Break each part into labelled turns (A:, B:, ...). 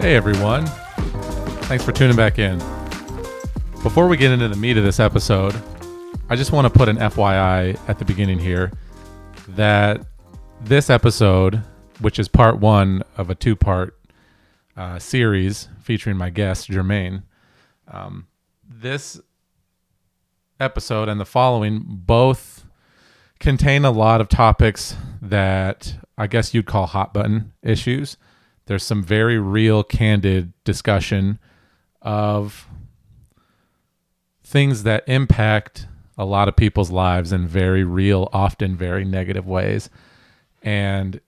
A: Hey everyone. Thanks for tuning back in. Before we get into the meat of this episode, I just want to put an FYI at the beginning here that this episode, which is part one of a two part uh, series featuring my guest, Jermaine, um, this episode and the following both contain a lot of topics that I guess you'd call hot button issues. There's some very real, candid discussion of things that impact a lot of people's lives in very real, often very negative ways. And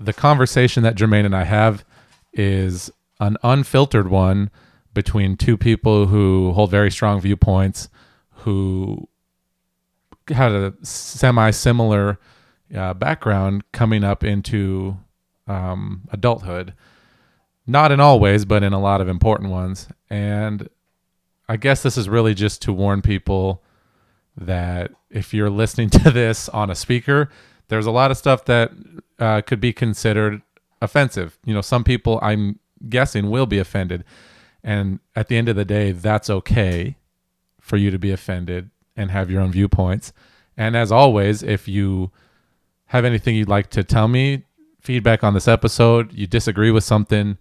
A: the conversation that Jermaine and I have is an unfiltered one between two people who hold very strong viewpoints, who had a semi similar uh, background coming up into um, adulthood. Not in all ways, but in a lot of important ones. And I guess this is really just to warn people that if you're listening to this on a speaker, there's a lot of stuff that uh, could be considered offensive. You know, some people I'm guessing will be offended. And at the end of the day, that's okay for you to be offended and have your own viewpoints. And as always, if you have anything you'd like to tell me, feedback on this episode, you disagree with something,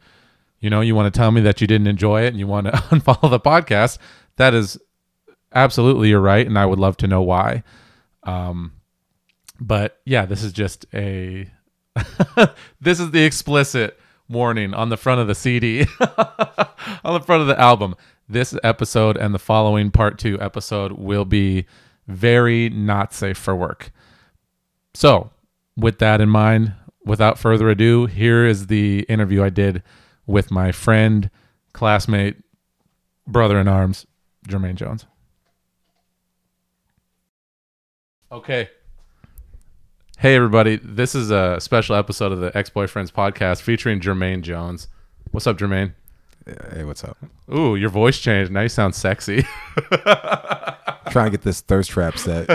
A: you know, you want to tell me that you didn't enjoy it and you want to unfollow the podcast, that is absolutely you're right. And I would love to know why. Um, but yeah, this is just a, this is the explicit warning on the front of the CD, on the front of the album. This episode and the following part two episode will be very not safe for work. So, with that in mind, without further ado, here is the interview I did with my friend, classmate, brother in arms, Jermaine Jones. Okay. Hey, everybody. This is a special episode of the Ex Boyfriends podcast featuring Jermaine Jones. What's up, Jermaine?
B: Hey, what's up?
A: Ooh, your voice changed. Now you sound sexy.
B: Trying to get this thirst trap set.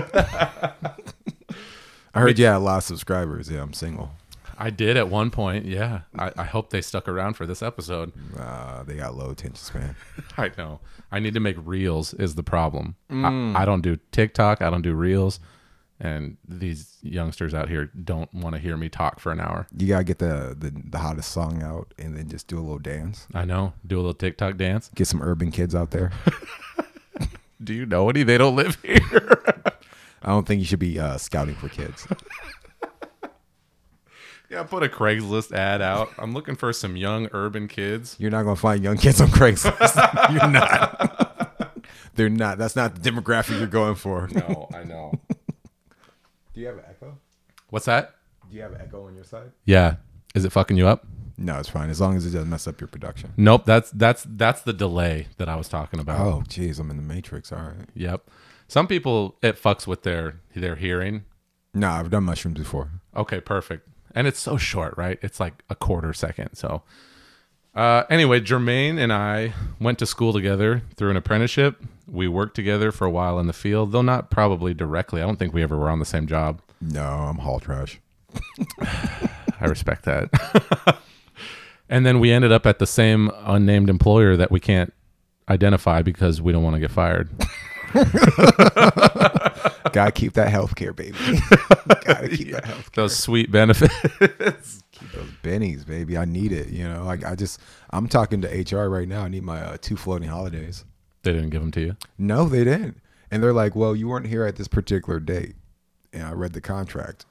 B: I heard you had a lot of subscribers. Yeah, I'm single.
A: I did at one point. Yeah. I, I hope they stuck around for this episode.
B: Uh, they got low attention span.
A: I know. I need to make reels is the problem. I, I don't do TikTok. I don't do reels. And these youngsters out here don't want to hear me talk for an hour.
B: You gotta get the, the the hottest song out and then just do a little dance.
A: I know. Do a little TikTok dance.
B: Get some urban kids out there.
A: Do you know any? They don't live here.
B: I don't think you should be uh, scouting for kids.
A: yeah, put a Craigslist ad out. I'm looking for some young urban kids.
B: You're not gonna find young kids on Craigslist. You're not. They're not. That's not the demographic you're going for.
A: No, I know.
B: Do you have an echo?
A: What's that?
B: Do you have an echo on your side?
A: Yeah. Is it fucking you up?
B: No, it's fine as long as it doesn't mess up your production.
A: Nope. That's that's that's the delay that I was talking about.
B: Oh, jeez, I'm in the matrix. All right.
A: Yep. Some people it fucks with their their hearing.
B: No, I've done mushrooms before.
A: Okay, perfect. And it's so short, right? It's like a quarter second. So uh anyway, Jermaine and I went to school together through an apprenticeship. We worked together for a while in the field, though not probably directly. I don't think we ever were on the same job.
B: No, I'm hall trash.
A: I respect that. and then we ended up at the same unnamed employer that we can't identify because we don't want to get fired.
B: Gotta keep that healthcare, baby. Gotta keep that health.
A: Those sweet benefits.
B: Those bennies, baby. I need it. You know, like I just, I'm talking to HR right now. I need my uh, two floating holidays.
A: they didn't give them to you.
B: No, they didn't. And they're like, well, you weren't here at this particular date. And I read the contract,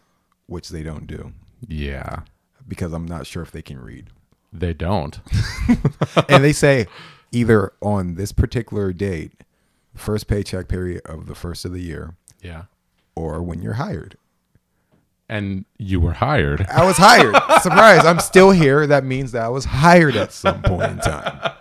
B: which they don't do
A: Yeah,
B: because I'm not sure if they can read.
A: they don't.
B: and they say either on this particular date, first paycheck period of the first of the year,
A: yeah.
B: or when you're hired.
A: And you were hired.
B: I was hired. Surprise. I'm still here. That means that I was hired at some point in time.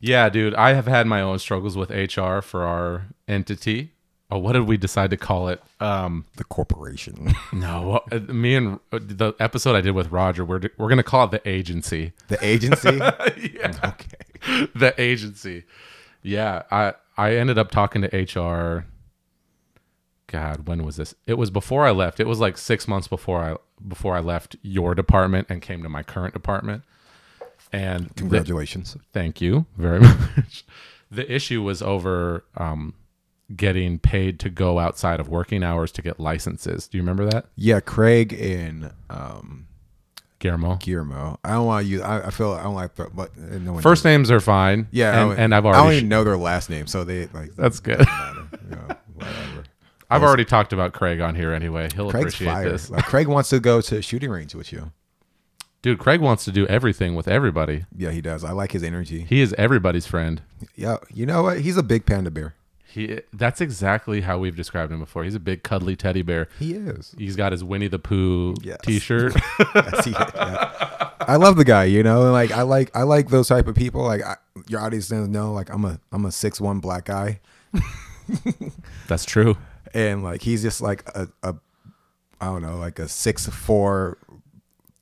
A: Yeah, dude. I have had my own struggles with HR for our entity. Oh, what did we decide to call it? Um,
B: The corporation.
A: no, uh, me and uh, the episode I did with Roger, we're we're gonna call it the agency.
B: The agency.
A: yeah. Okay. the agency. Yeah, I I ended up talking to HR. God, when was this? It was before I left. It was like 6 months before I before I left your department and came to my current department. And the-
B: Congratulations.
A: thank you very much. the issue was over um, getting paid to go outside of working hours to get licenses. Do you remember that,
B: yeah, Craig and um,
A: Guillermo?
B: Guillermo. I don't want to use. I, I feel I don't like, but, but no one
A: First names are fine.
B: Yeah, I
A: and,
B: don't-
A: and I've
B: I don't
A: already
B: even know their last name, so they like.
A: that's good.
B: you know, whatever.
A: I've already talked about Craig on here anyway. He'll
B: Craig's
A: appreciate
B: fire.
A: this,
B: Like, Craig wants to go to a shooting range with you.
A: dude. Craig wants to do everything with everybody.
B: Yeah, he does. I like his energy.
A: He is everybody's friend.
B: Yeah, you know what? He's a big panda bear.
A: He that's exactly how we've described him before. He's a big cuddly teddy bear.
B: He is.
A: He's got his Winnie the Pooh
B: Yes.
A: t-shirt.
B: Yes, he is. Yeah. I love the guy. You know, and, like I like I like those type of people. Like I, your audience doesn't know. Like I'm a I'm a six one black guy,
A: that's true.
B: and like he's just like a, a I don't know like a six four.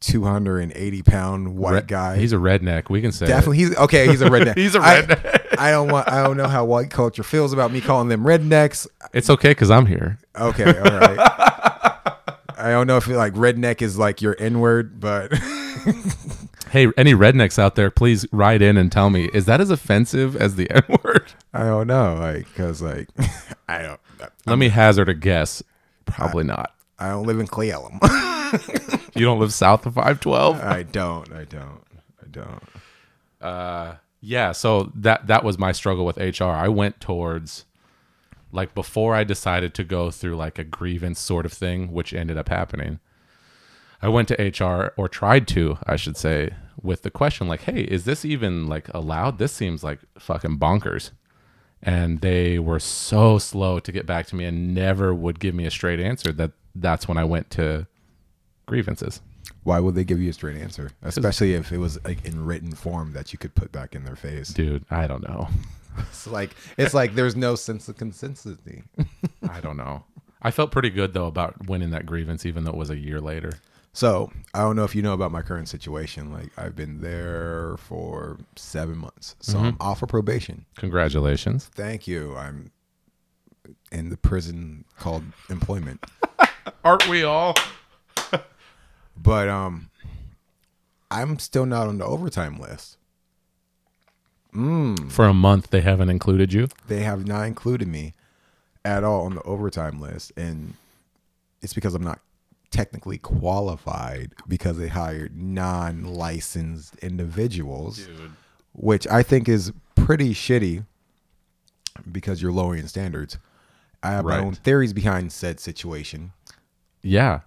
B: 280 pound white guy.
A: He's a redneck. We can say it.
B: Definitely, he's okay. He's a redneck.
A: He's a
B: I-
A: redneck.
B: I, don't want. I don't know how white culture feels about me calling them rednecks.
A: It's okay because I'm here.
B: Okay, all right. I don't know if like redneck is like your N word, but
A: Hey, any rednecks out there, please write in and tell me is that as offensive as the N word?
B: I don't know, like because like I don't.
A: Let me hazard a guess. Probably not.
B: I don't live in Clay Elum.
A: You don't live south of 512.
B: I don't. I don't. I don't.
A: Yeah, so that that was my struggle with HR. I went towards like before I decided to go through like a grievance sort of thing, which ended up happening. I went to HR or tried to, I should say, with the question like, "Hey, is this even like allowed? This seems like fucking bonkers." And they were so slow to get back to me and never would give me a straight answer that that's when I went to grievances.
B: Why would they give you a straight answer, especially if it was like in written form that you could put back in their face?
A: Dude, I don't know.
B: It's like it's like there's no sense of consistency.
A: I don't know. I felt pretty good though about winning that grievance, even though it was a year later.
B: So I don't know if you know about my current situation. Like I've been there for seven months, so I'm off of probation.
A: Congratulations.
B: Thank you. I'm in the prison called employment,
A: Aren't we all?
B: but um, I'm still not on the overtime list.
A: For a month, they haven't included you.
B: They have not included me at all on the overtime list, and it's because I'm not technically qualified because they hired non-licensed individuals.
A: Dude.
B: which I think is pretty shitty because you're lowering standards. I have
A: Right.
B: my own theories behind said situation.
A: Yeah.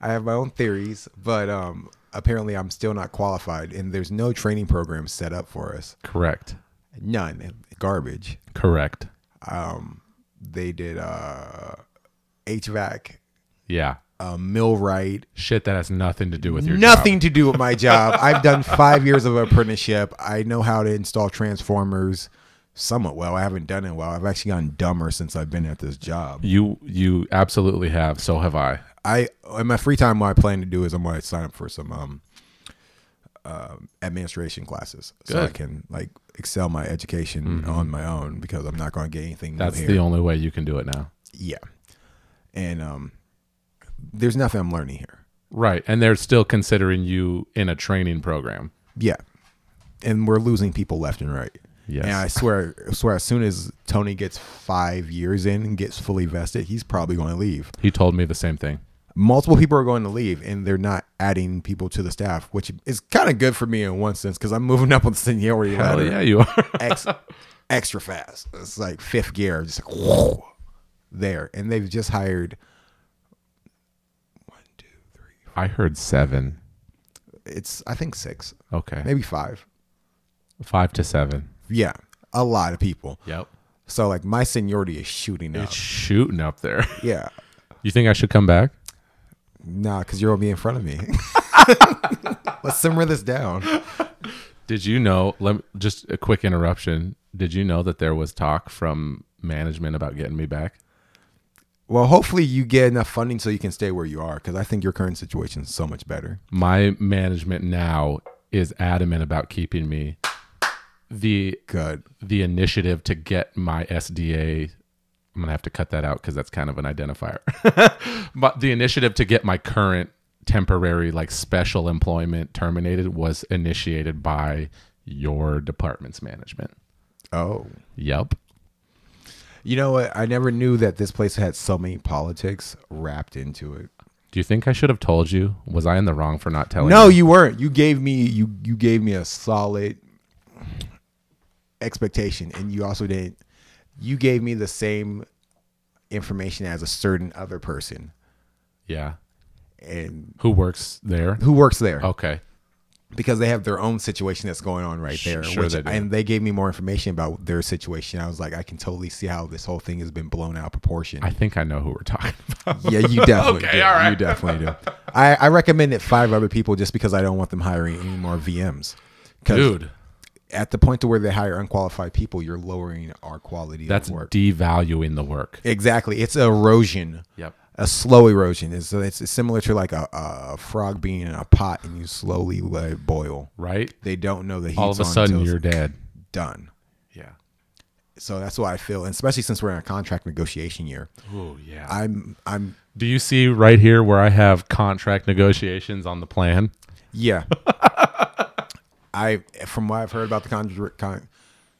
B: I have my own theories, but um, apparently I'm still not qualified, and there's no training program set up for us.
A: Correct.
B: None. Garbage.
A: Correct.
B: They did uh, HVAC,
A: Yeah.
B: uh, millwright,
A: Shit that has nothing to do with your job.
B: nothing to do with my job. I've done five years of apprenticeship. I know how to install transformers somewhat well. I haven't done it well. I've actually gotten dumber since I've been at this job.
A: You you absolutely have. So have I.
B: I in my free time, what I plan to do is I'm going to sign up for some um, um administration classes so I
A: Good. Mm-hmm.
B: can like excel my education on my own because I'm not going to get anything
A: That's
B: new
A: the
B: here.
A: only way you can do it now.
B: yeah, and um, there's nothing I'm learning here.
A: Right. And they're still considering you in a training program.
B: Yeah. And we're losing people left and right.
A: Yes.
B: And I swear, I swear, as soon as Tony gets five years in and gets fully vested, he's probably going to leave.
A: He told me the same thing.
B: Multiple people are going to leave, and they're not adding people to the staff, which is kind of good for me in one sense because I'm moving up on the seniority
A: Hell
B: ladder
A: Oh, yeah, you are.
B: ex, extra fast. It's like fifth gear, just like, whoa, there. And they've just hired.
A: I heard seven.
B: It's I think six,
A: Okay.
B: maybe five.
A: Five to seven.
B: Yeah, a lot of people.
A: Yep.
B: So like my seniority is shooting up.
A: It's shooting up there.
B: yeah.
A: You think I should come back?
B: Nah, because you're gonna be in front of me. Let's simmer this down.
A: Did you know? Let just a quick interruption. Did you know that there was talk from management about getting me back?
B: Well, hopefully you get enough funding so you can stay where you are, because I think your current situation is so much better.
A: My management now is adamant about keeping me. The
B: Good.
A: the initiative to get my SDA. I'm gonna have to cut that out because that's kind of an identifier. but the initiative to get my current temporary like special employment terminated was initiated by your department's management.
B: Oh.
A: Yep.
B: You know what? I never knew that this place had so many politics wrapped into it.
A: Do you think I should have told you? Was I in the wrong for not telling
B: No,
A: you?
B: you weren't. You gave me you you gave me a solid expectation, and you also didn't. You gave me the same information as a certain other person
A: Yeah.
B: and
A: Who works there?
B: who works there
A: Okay.
B: because they have their own situation that's going on right there.
A: Sure they do.
B: and they gave me more information about their situation. I was like, I can totally see how this whole thing has been blown out of proportion.
A: I think I know who we're talking about.
B: Yeah, you definitely
A: Okay,
B: do.
A: all right.
B: You definitely do. I, I recommend it five other people just because I don't want them hiring any more VMs. 'Cause
A: Dude,
B: at the point to where they hire unqualified people, you're lowering our quality
A: that's
B: of work.
A: devaluing the work.
B: Exactly. It's erosion.
A: Yep.
B: A slow erosion. It's, it's similar to like a, a frog being in a pot and you slowly let it boil.
A: Right?
B: They don't know the heat.
A: All of a sudden you're dead.
B: done.
A: Yeah.
B: So that's why I feel, and especially since we're in a contract negotiation year,
A: Oh, yeah.
B: I'm, I'm,
A: Do you see right here where I have contract negotiations on the plan?
B: Yeah. I, from what I've heard about the contract con,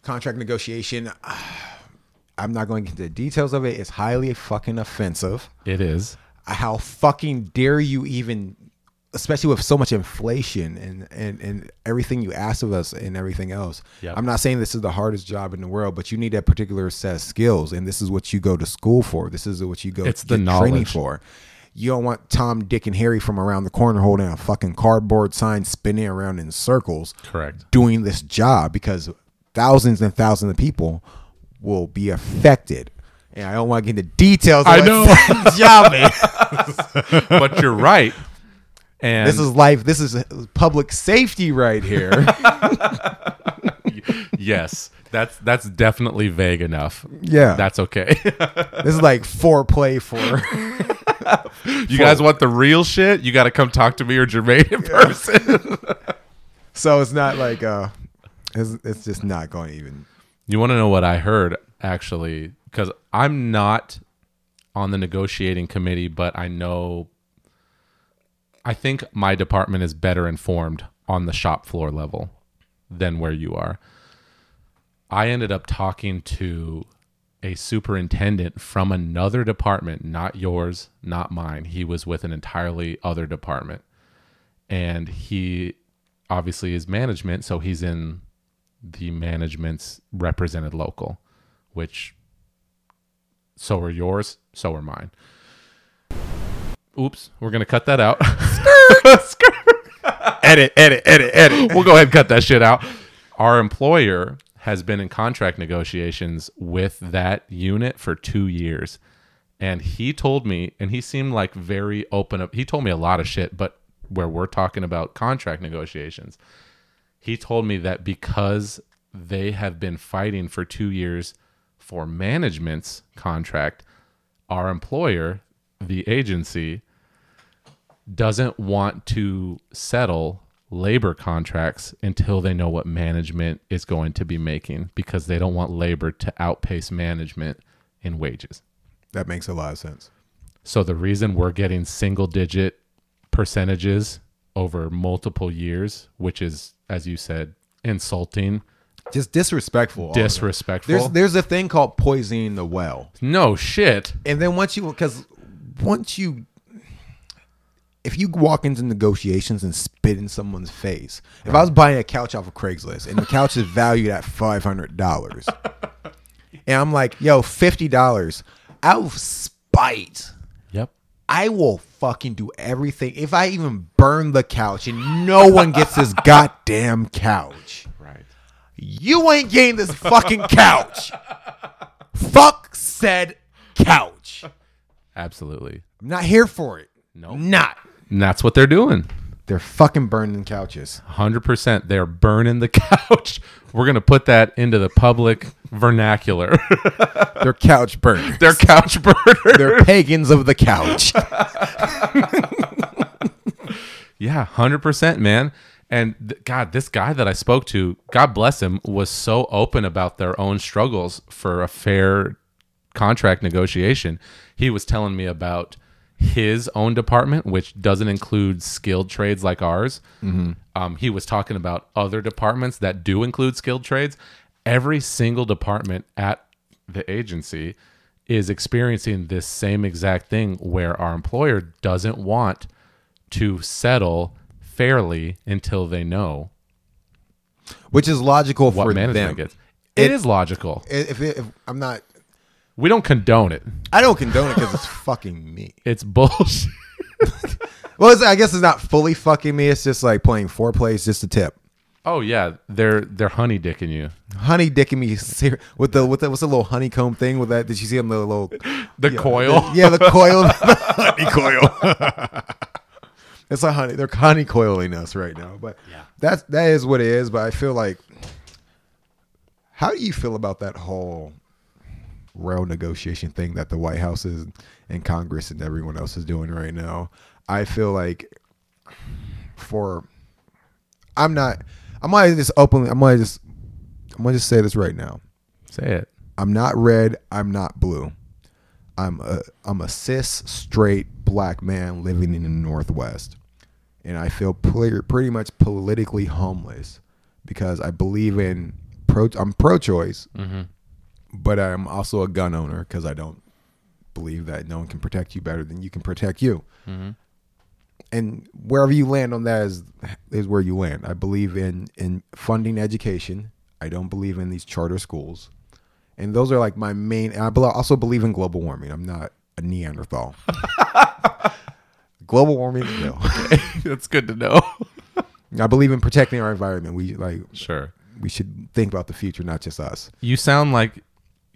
B: contract negotiation, I'm not going to get into the details of it. It's highly fucking offensive.
A: It is.
B: How fucking dare you even, especially with so much inflation and and and everything you ask of us and everything else.
A: Yep.
B: I'm not saying this is the hardest job in the world, but you need a particular set of skills, and this is what you go to school for. This is what you go
A: It's the
B: get
A: knowledge.
B: for. You don't want Tom, Dick, and Harry from around the corner holding a fucking cardboard sign spinning around in circles
A: Correct.
B: doing this job because thousands and thousands of people will be affected. And I don't want to get into details. Of
A: I
B: what
A: know.
B: that job is.
A: but you're right. And
B: This is life. This is public safety right here.
A: yes, that's that's definitely vague enough.
B: Yeah.
A: That's okay.
B: this is like foreplay for.
A: you guys want the real shit? You got to come talk to me or Jermaine in person.
B: So it's not like uh, it's, it's just not going to even.
A: You want to know what I heard actually? Because I'm not on the negotiating committee, but I know. I think my department is better informed on the shop floor level than where you are. I ended up talking to a superintendent from another department, not yours, not mine. He was with an entirely other department. And he obviously is management, so he's in the management's represented local, which so are yours, so are mine. Oops, we're gonna cut that out.
B: Edit, edit, edit, edit.
A: we'll go ahead and cut that shit out. Our employer has been in contract negotiations with that unit for two years. And he told me, and he seemed like very open up. He told me a lot of shit, but where we're talking about contract negotiations, he told me that because they have been fighting for two years for management's contract, our employer, the agency, doesn't want to settle labor contracts until they know what management is going to be making because they don't want labor to outpace management in wages.
B: That makes a lot of sense.
A: So the reason we're getting single digit percentages over multiple years, which is as you said, insulting,
B: Just disrespectful. all of it.
A: disrespectful.
B: There's there's a thing called poisoning the well.
A: no shit.
B: And then once you, because once you, if you walk into negotiations and spit in someone's face, if I was buying a couch off of Craigslist and the couch is valued at five hundred dollars, and I'm like, yo, fifty dollars, out of spite,
A: Yep.
B: I will fucking do everything. If I even burn the couch and no one gets this goddamn couch,
A: Right.
B: you ain't getting this fucking couch. Fuck said couch.
A: Absolutely.
B: I'm not here for it.
A: Nope.
B: Not.
A: And that's what they're doing.
B: They're fucking burning couches.
A: Hundred percent. They're burning the couch. We're gonna put that into the public vernacular.
B: They're couch burners.
A: They're couch burners.
B: They're pagans of the couch.
A: Yeah, hundred percent, man. And th- God, this guy that I spoke to, God bless him, was so open about their own struggles for a fair contract negotiation. He was telling me about his own department, which doesn't include skilled trades like ours. Um, he was talking about other departments that do include skilled trades. Every single department at the agency is experiencing this same exact thing where our employer doesn't want to settle fairly until they know
B: which is logical
A: what
B: for
A: management
B: them.
A: gets.
B: It-
A: it is logical.
B: If, if, if I'm not,
A: We don't condone it.
B: I don't condone it because it's fucking me.
A: It's bullshit.
B: Well, it's, I guess it's not fully fucking me. It's just like playing four plays, just a tip.
A: Oh yeah, they're they're honey dicking you.
B: Honey dicking me ser- with the with the, what's the little honeycomb thing with that? Did you see him the little
A: The coil.
B: yeah the coil the honey coil? it's a honey. They're honey coiling us right now, but that's that is what it is. But I feel like, how do you feel about that whole rail negotiation thing that the White House is and Congress and everyone else is doing right now? I feel like for I'm not. I might just openly. I might just. I'm gonna just say this right now.
A: Say it.
B: I'm not red. I'm not blue. I'm a I'm a cis straight black man living in the Northwest, and I feel pl- pretty much politically homeless because I believe in pro. I'm pro-choice, but I'm also a gun owner because I don't believe that no one can protect you better than you can protect you. And wherever you land on that is is where you land. I believe in in funding education. I don't believe in these charter schools, and those are like my main. And I bel- also believe in global warming. I'm not a Neanderthal. global warming, no.
A: That's good to know.
B: I believe in protecting our environment. We like
A: Sure.
B: we should think about the future, not just us.
A: You sound like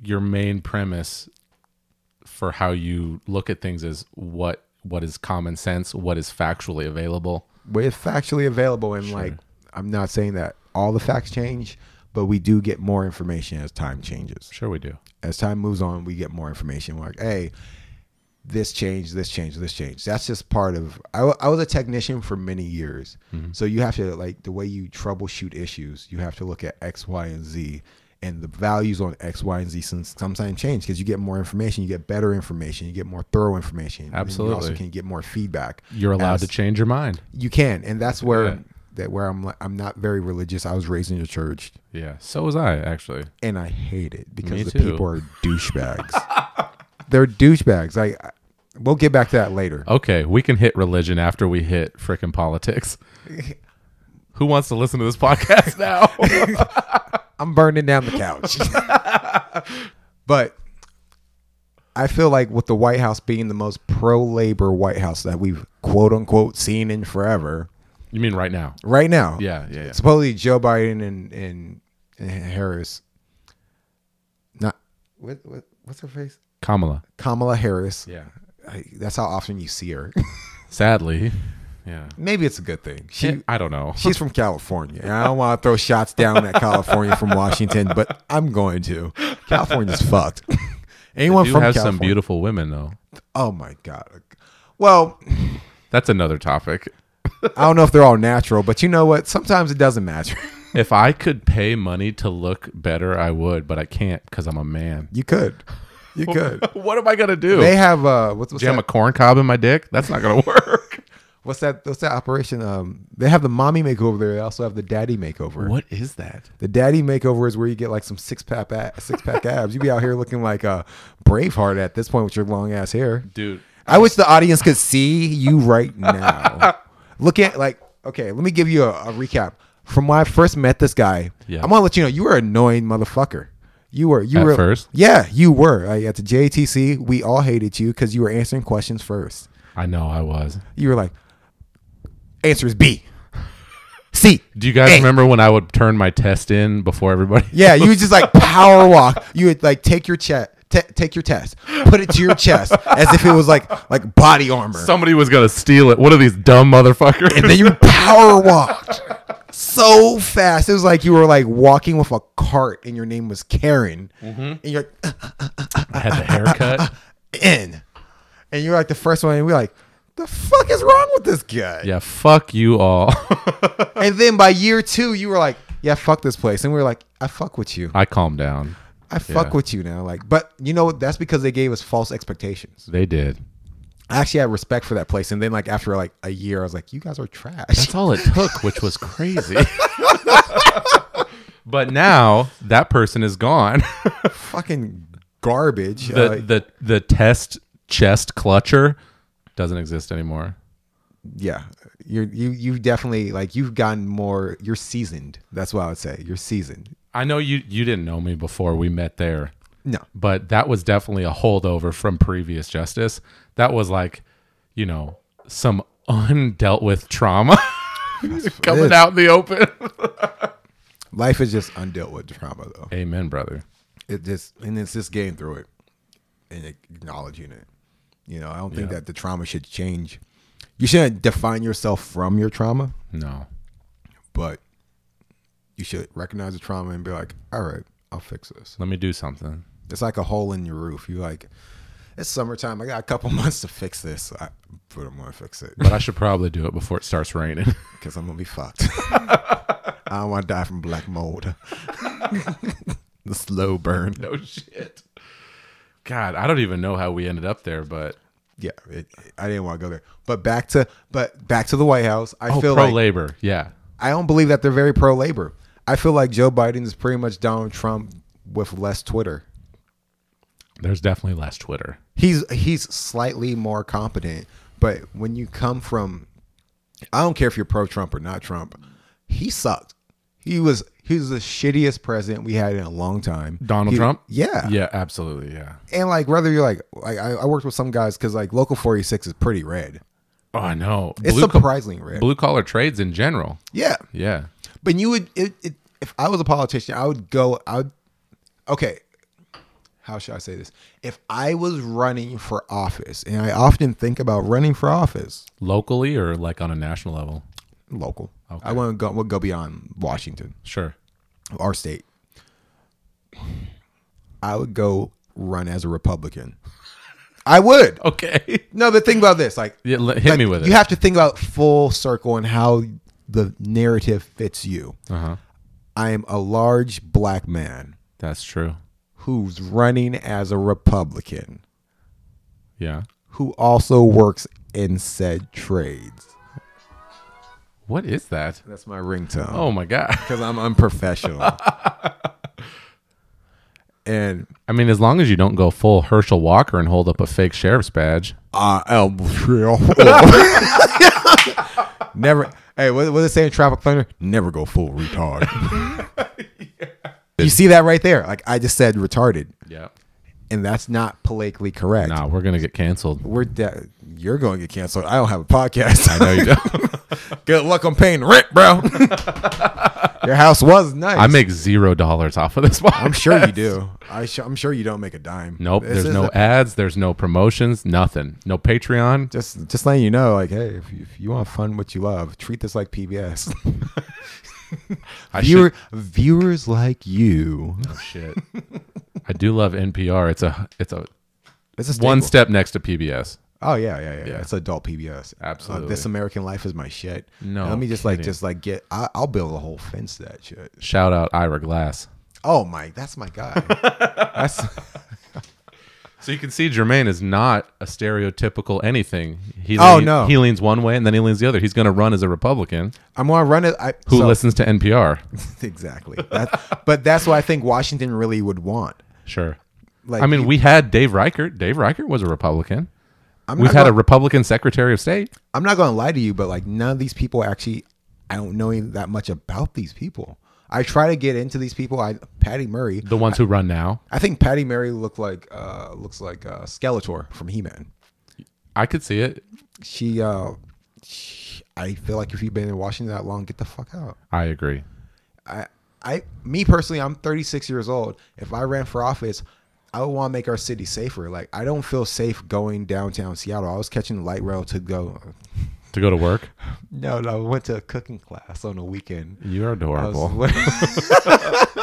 A: your main premise for how you look at things is what what is common sense, what is factually available.
B: But it's factually available, and like I'm not saying that all the facts change, but we do get more information as time changes.
A: Sure we do.
B: as time moves on, we get more information. We're like, hey, this changed, this changed, this changed. That's just part of. I, wa- I was a technician for many years,
A: Mm-hmm.
B: so you have to like the way you troubleshoot issues. You have to look at X, Y, and Z, and the values on X, Y, and Z some- sometimes change because you get more information, you get better information, you get more thorough information. and you also
A: Absolutely.
B: can get more feedback.
A: You're allowed
B: as-
A: to change your mind.
B: You can, and that's where
A: Yeah.
B: that where I'm like I'm not very religious. I was raised in the church,
A: Yeah. So was I actually.
B: and I hate it because
A: Me
B: the
A: too.
B: people are douchebags. They're douchebags. Like, I, we'll get back to that later.
A: Okay, we can hit religion after we hit frickin' politics. Who wants to listen to this podcast now?
B: I'm burning down the couch. but I feel like with the White House being the most pro labor White House that we've quote unquote seen in forever,
A: you mean right now?
B: right now.
A: Yeah, yeah, yeah.
B: Supposedly Joe Biden and and, and Harris, not what, what what's her face?
A: Kamala.
B: Kamala Harris.
A: Yeah.
B: I, that's how often you see her.
A: Sadly. Yeah. Eh,
B: Maybe it's a good thing. She
A: I don't know.
B: She's from California. And I don't want to throw shots down at California from Washington, but I'm going to. California's fucked. Anyone
A: You
B: from
A: have some
B: California?
A: beautiful women though.
B: oh my god. Well,
A: That's another topic.
B: I don't know if they're all natural, but you know what? Sometimes it doesn't matter.
A: If I could pay money to look better, I would, but I can't because I'm a man.
B: You could. You could.
A: what am I gonna do?
B: They have uh what's, what's
A: Jam a
B: that?
A: corn cob in my dick? That's not gonna work.
B: What's that? What's that operation? Um, they have the mommy makeover there. They also have the daddy makeover.
A: what is that?
B: The daddy makeover is where you get like some six pack six pack abs. You be out here looking like a Braveheart at this point with your long ass hair.
A: Dude,
B: I wish the audience could see you right now. Look at like okay, let me give you a, a recap. From when I first met this guy,
A: Yeah.
B: I'm gonna let you know you were an annoying motherfucker. You were you
A: At
B: were
A: first?
B: Yeah, you were. Like, at the JTC, we all hated you because you were answering questions first.
A: I know I was.
B: You were like, answer is B. C.
A: Do you guys
B: Hey.
A: remember when I would turn my test in before everybody?
B: Yeah, you would just like power walk. You would like take your chest, take your test, put it to your chest as if it was like like body armor.
A: Somebody was gonna steal it. What are these dumb motherfuckers?
B: and then you power walked so fast. It was like you were like walking with a cart, and your name was Karen,
A: Mm-hmm.
B: and you're like "Uh,
A: I had the haircut.
B: in, and you're like the first one, and we're like, the fuck is wrong with this guy?
A: yeah, fuck you all.
B: And then by year two, you were like, yeah, fuck this place, and we were like, I fuck with you,
A: I calmed down.
B: I fuck
A: Yeah.
B: with you now, like, but you know what? That's because they gave us false expectations.
A: They did.
B: I actually had respect for that place. And then like after like a year, I was like, you guys are trash.
A: That's all it took, which was crazy. but now that person is gone.
B: Fucking garbage.
A: The
B: Uh,
A: the the test chest clutcher doesn't exist anymore.
B: yeah. You're you you definitely like you've gotten more you're seasoned. That's what I would say. You're seasoned.
A: I know you you didn't know me before we met there,
B: No.
A: but that was definitely a holdover from previous justice. That was like, you know, some undealt with trauma coming
B: is.
A: out in the open.
B: Life is just undealt with trauma though.
A: Amen, brother.
B: It just and it's just getting through it and acknowledging it. You know, I don't think that the trauma should change. You shouldn't define yourself from your trauma,
A: No.
B: but you should recognize the trauma and be like, all right, I'll fix this.
A: Let me do something.
B: It's like a hole in your roof. You like, it's summertime. I got a couple months to fix this, I, but I'm gonna fix it
A: But I should probably do it before it starts raining.
B: because I'm gonna be fucked. I don't want to die from black mold. the slow burn.
A: no shit. God, I don't even know how we ended up there, but
B: Yeah, it, I didn't want to go there. But back to but back to the White House. I
A: oh,
B: feel
A: pro
B: like
A: labor. Yeah.
B: I don't believe that they're very pro labor. I feel like Joe Biden is pretty much Donald Trump with less Twitter.
A: There's definitely less Twitter.
B: he's he's slightly more competent but when you come from i don't care if you're pro trump or not trump he sucked he was he was the shittiest president we had in a long time
A: Donald
B: He-
A: Trump?
B: yeah
A: Yeah, absolutely. Yeah.
B: and like whether you're like like i, I worked with some guys because like local 46 is pretty red
A: Oh, I know.
B: it's
A: Blue, co-
B: surprisingly red
A: blue collar trades in general.
B: yeah
A: Yeah.
B: But you would, it, it, if I was a politician, I would go. I would, okay. How should I say this? If I was running for office, and I often think about running for office,
A: Locally or like on a national level?
B: local. I want to go. Would go beyond Washington,
A: Sure.
B: our state. I would go run as a Republican. I would.
A: Okay.
B: No, but think about this. Like,
A: Yeah, le- hit
B: like,
A: me with
B: You
A: it.
B: have to think about full circle and how the narrative fits you.
A: uh-huh.
B: I am a large black man.
A: That's true.
B: who's running as a Republican
A: Yeah.
B: who also works in said trades.
A: What is that?
B: That's my ringtone.
A: Oh my god.
B: because I'm unprofessional. and
A: I mean, as long as you don't go full Herschel Walker and hold up a fake sheriff's badge.
B: I am real. Never. Hey, what, what they say in Tropic Thunder? Never go full retard. You see that right there? Like I just said, retarded,
A: Yeah.
B: and that's not politically correct.
A: Nah, we're gonna get canceled.
B: We're de- you're going to get canceled. I don't have a podcast.
A: I know you don't.
B: Good luck on paying rent, bro. Your house was nice.
A: I make zero dollars off of this.
B: I'm sure you do. I sh- I'm sure you don't make a dime.
A: Nope.
B: This
A: there's
B: is
A: no
B: a-
A: ads. There's no promotions. Nothing. No Patreon.
B: just just letting you know, like, hey, if you, if you want to fund what you love, treat this like PBS.
A: I
B: Viewer, viewers like you.
A: should- oh, shit. I do love NPR. It's a it's a
B: It's a
A: one
B: staple.
A: step next to PBS.
B: Oh yeah, yeah, yeah, yeah. It's adult PBS. Uh,
A: Absolutely.
B: this American Life is my shit.
A: No
B: let me just like
A: kidding.
B: just like get. I, I'll build a whole fence to that shit.
A: Shout out Ira Glass.
B: Oh my, that's my guy. that's
A: So you can see Jermaine is not a stereotypical anything. He
B: Oh,
A: lean-
B: no.
A: He leans one way and then he leans the other. He's going to run as a Republican
B: I'm gonna run it. I,
A: who
B: so-
A: listens to NPR.
B: exactly. That, but that's what I think Washington really would want.
A: Sure.
B: Like,
A: I mean,
B: he-
A: we had Dave Reichert. Dave Reichert was a Republican.
B: I'm
A: We've
B: not
A: had a
B: gonna,
A: Republican Secretary of State.
B: I'm not going to lie to you, but like none of these people actually. I don't know any- that much about these people. I try to get into these people. I Patty Murray.
A: The ones who run now.
B: I think Patty Murray looked like uh, looks like uh, Skeletor from He Man.
A: I could see it.
B: She, uh, she. I feel like if you've been in Washington that long, get the fuck out.
A: I agree.
B: I, I, me personally, I'm 36 years old. If I ran for office, I would want to make our city safer. Like I don't feel safe going downtown Seattle. I was catching the light rail to go.
A: To go to work.
B: No, no, I went to a cooking class on a weekend.
A: You are
B: I was,
A: adorable.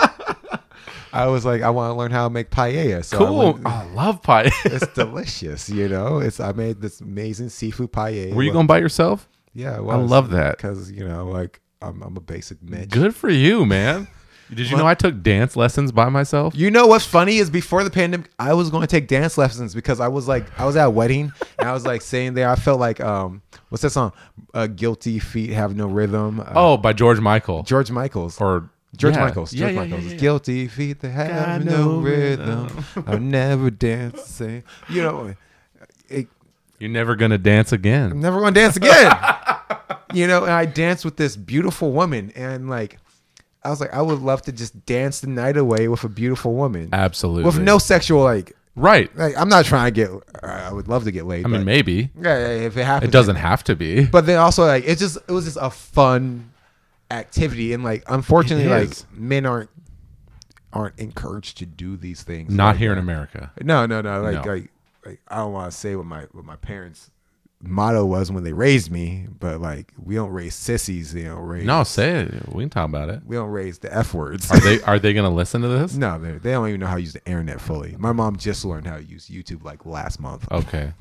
B: I was like, I want to learn how to make paella. So I
A: Cool. Oh,
B: went-
A: I love pie.
B: it's delicious, you know. It's I made this amazing seafood paella.
A: Were you going by yourself?
B: Yeah,
A: I love that.
B: because you know, like I'm, I'm a basic bitch.
A: Good for you, man. Did you know I took dance lessons by myself?
B: You know what's funny is before the pandemic, I was going to take dance lessons because I was like, I was at a wedding and I was like sitting there. I felt like, um, what's that song? Uh, Guilty Feet Have No Rhythm. Uh,
A: Oh, by George Michael.
B: George Michaels.
A: or
B: George
A: yeah.
B: Michaels.
A: Yeah,
B: George
A: yeah,
B: Michaels.
A: yeah, yeah.
B: Guilty feet that
A: Got
B: have no
A: no
B: rhythm. I'll never dance the same. You know, it,
A: You're never gonna dance
B: I'm
A: again.
B: never going to dance again. you know, and I danced with this beautiful woman, and like, I was like, I would love to just dance the night away with a beautiful woman,
A: Absolutely.
B: with no sexual like.
A: right.
B: Like, I'm not trying to get. uh, I would love to get laid.
A: I mean,
B: but-
A: maybe
B: yeah, yeah, if it happens,
A: it doesn't have to be.
B: But then also, like, it's just it was just a fun activity, and like, unfortunately,
A: It
B: like
A: is.
B: men aren't aren't encouraged to do these things.
A: Not
B: Like,
A: here in America.
B: No, no, no. Like,
A: No.
B: like, like, I don't want to say what my what my parents motto was when they raised me, but like, we don't raise sissies. They don't raise.
A: No, say it. We can talk about it.
B: we don't raise the f words.
A: Are they Are they gonna listen to this?
B: no, they they don't even know how to use the internet fully. My mom just learned how to use YouTube like last month.
A: Okay.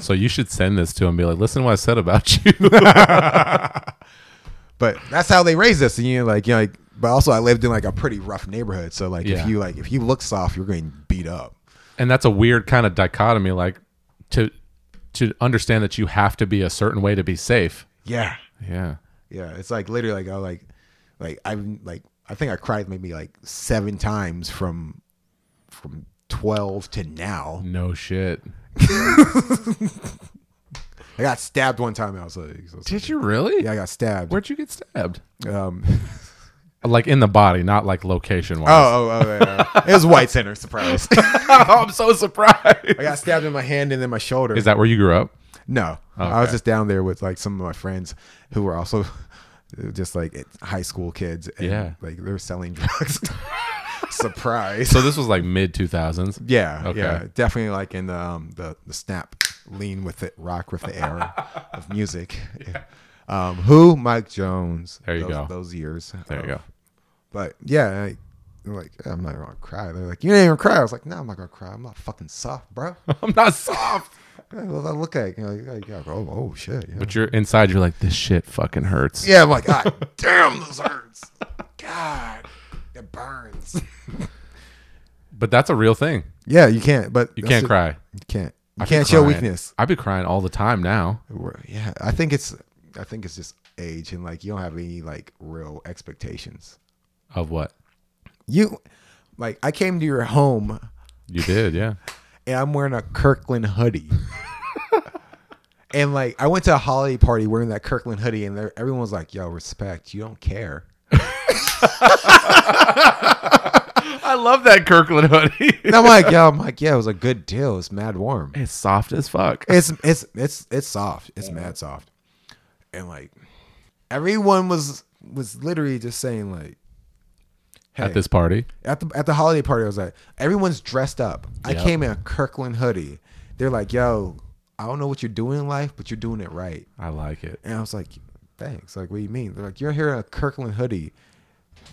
A: So you should send this to him. And be like, listen, to what I said about you.
B: but that's how they raised us. And you know, like you know, like but also I lived in like a pretty rough neighborhood. So like
A: Yeah.
B: if you like if you look soft, you're getting beat up.
A: and that's a weird kind of dichotomy. Like to to understand that you have to be a certain way to be safe.
B: Yeah.
A: Yeah.
B: Yeah. It's like literally like I like like I've like I think I cried maybe like seven times from from twelve to now.
A: No shit.
B: I got stabbed one time and I was like so-
A: Did you really?
B: Yeah, I got stabbed.
A: Where'd you get stabbed?
B: Um
A: Like in the body, not like location
B: Oh,
A: wise.
B: oh, oh yeah, yeah. It was White Center, surprise. I
A: I'm so surprised.
B: got stabbed in my hand and then my shoulder.
A: Is that where you grew up?
B: No, I was just down there with like some of my friends who were also just like it- high school kids. And,
A: Yeah.
B: like they were selling drugs. Surprise!
A: So this was like mid 2000s.
B: yeah,
A: Okay.
B: yeah, definitely like in the um, the the snap, lean with it, rock with the era of music. Um, who Mike Jones?
A: There you
B: those,
A: go.
B: Those years.
A: There you
B: of-
A: go.
B: But yeah, I, I'm like I'm not gonna cry. They're like, you ain't gonna cry. I was like, no, I'm not gonna cry. I'm not fucking soft, bro.
A: I'm not soft.
B: I look at you know, like, oh, oh shit. Yeah.
A: But you're inside. You're like this shit fucking hurts.
B: Yeah, I'm like, God damn, those hurts. God, it burns.
A: But that's a real thing.
B: Yeah, you can't. But
A: You
B: that's
A: can't
B: it.
A: cry.
B: You can't. You
A: I be
B: can't show
A: crying.
B: weakness.
A: I be crying all the time now.
B: We're- Yeah, I think it's. I think it's just age and like you don't have any like real expectations.
A: Of what
B: You, like, I came to your home
A: you did, yeah.
B: and I'm wearing a Kirkland hoodie. and like, I went to a holiday party wearing that Kirkland hoodie, and there- everyone was like, "Yo, respect. You don't care."
A: I love that Kirkland hoodie.
B: And I'm like, "Yo, I'm like, yeah, it was a good deal. It's mad warm."
A: it's soft as fuck.
B: it's it's it's it's soft. It's mad soft. And like everyone was was literally just saying like hey,
A: At this party,
B: at the at the holiday party I was like everyone's dressed up. I
A: Yep.
B: came in a Kirkland hoodie. They're like, "Yo, I don't know what you're doing in life, but you're doing it right."
A: I like it.
B: And I was like, "Thanks." Like, what do you mean? They're like, "You're here in a Kirkland hoodie."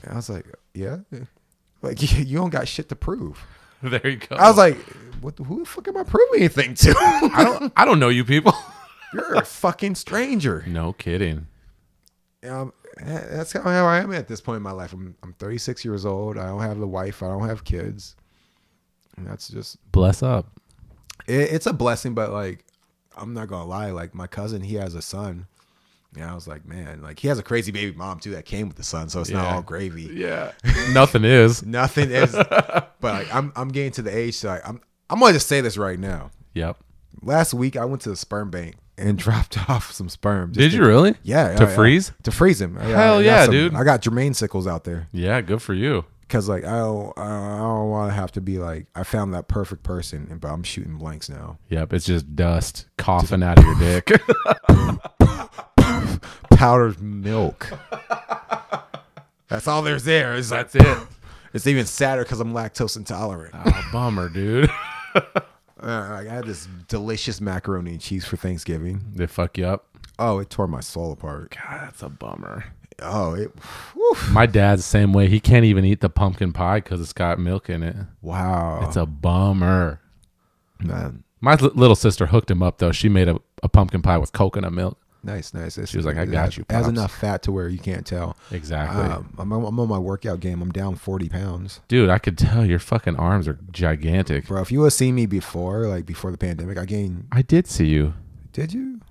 B: And I was like, "Yeah." Like you don't got shit to prove.
A: There you go.
B: I was like, "What? the- Who the fuck am I proving anything to?
A: I don't, I don't know you people.
B: You're a fucking stranger."
A: no kidding.
B: um, that's kind of how I am at this point in my life. I'm I'm 36 years old. I don't have a wife. I don't have kids. And that's just
A: Bless up.
B: it, it's a blessing. But like, I'm not gonna lie. Like my cousin, he has a son. And I was like, man, like he has a crazy baby mom too that came with the son, so it's not
A: Yeah.
B: all gravy.
A: Yeah. Nothing is.
B: Nothing is. but like, I'm I'm getting to the age. So like, I'm I'm gonna just say this right now.
A: Yep.
B: Last week, I went to the sperm bank and dropped off some sperm. just
A: Did
B: to-
A: you really?
B: Yeah.
A: To
B: yeah,
A: freeze?
B: To freeze him.
A: Hell
B: I got
A: yeah,
B: some-
A: dude.
B: I got Jermaine sickles out there.
A: Yeah. Good for you.
B: because like I don't, I don't, I don't want to have to be like I found that perfect person, and but I'm shooting blanks now.
A: Yep. It's just dust coughing out of your dick.
B: Powdered milk. That's all there's there. It's like
A: That's it.
B: it's even sadder because I'm lactose intolerant.
A: Oh, bummer, dude.
B: Uh, like, I had this delicious macaroni and cheese for Thanksgiving.
A: They fuck you up.
B: Oh, it tore my soul apart.
A: God, that's a bummer.
B: Oh, it. whew.
A: My dad's the same way. He can't even eat the pumpkin pie because it's got milk in it.
B: Wow.
A: It's a bummer.
B: man.
A: My li- little sister hooked him up though. She made a, a pumpkin pie with coconut milk.
B: Nice, nice. This
A: She was like, "I
B: is-
A: got you,
B: Has
A: pops."
B: enough fat to where you can't tell.
A: Exactly.
B: Um, I'm, I'm on my workout game. I'm down 40 pounds.
A: Dude, I could tell your fucking arms are gigantic.
B: Bro, if you had seen me before, like before the pandemic, I gained.
A: I did see you.
B: Did you?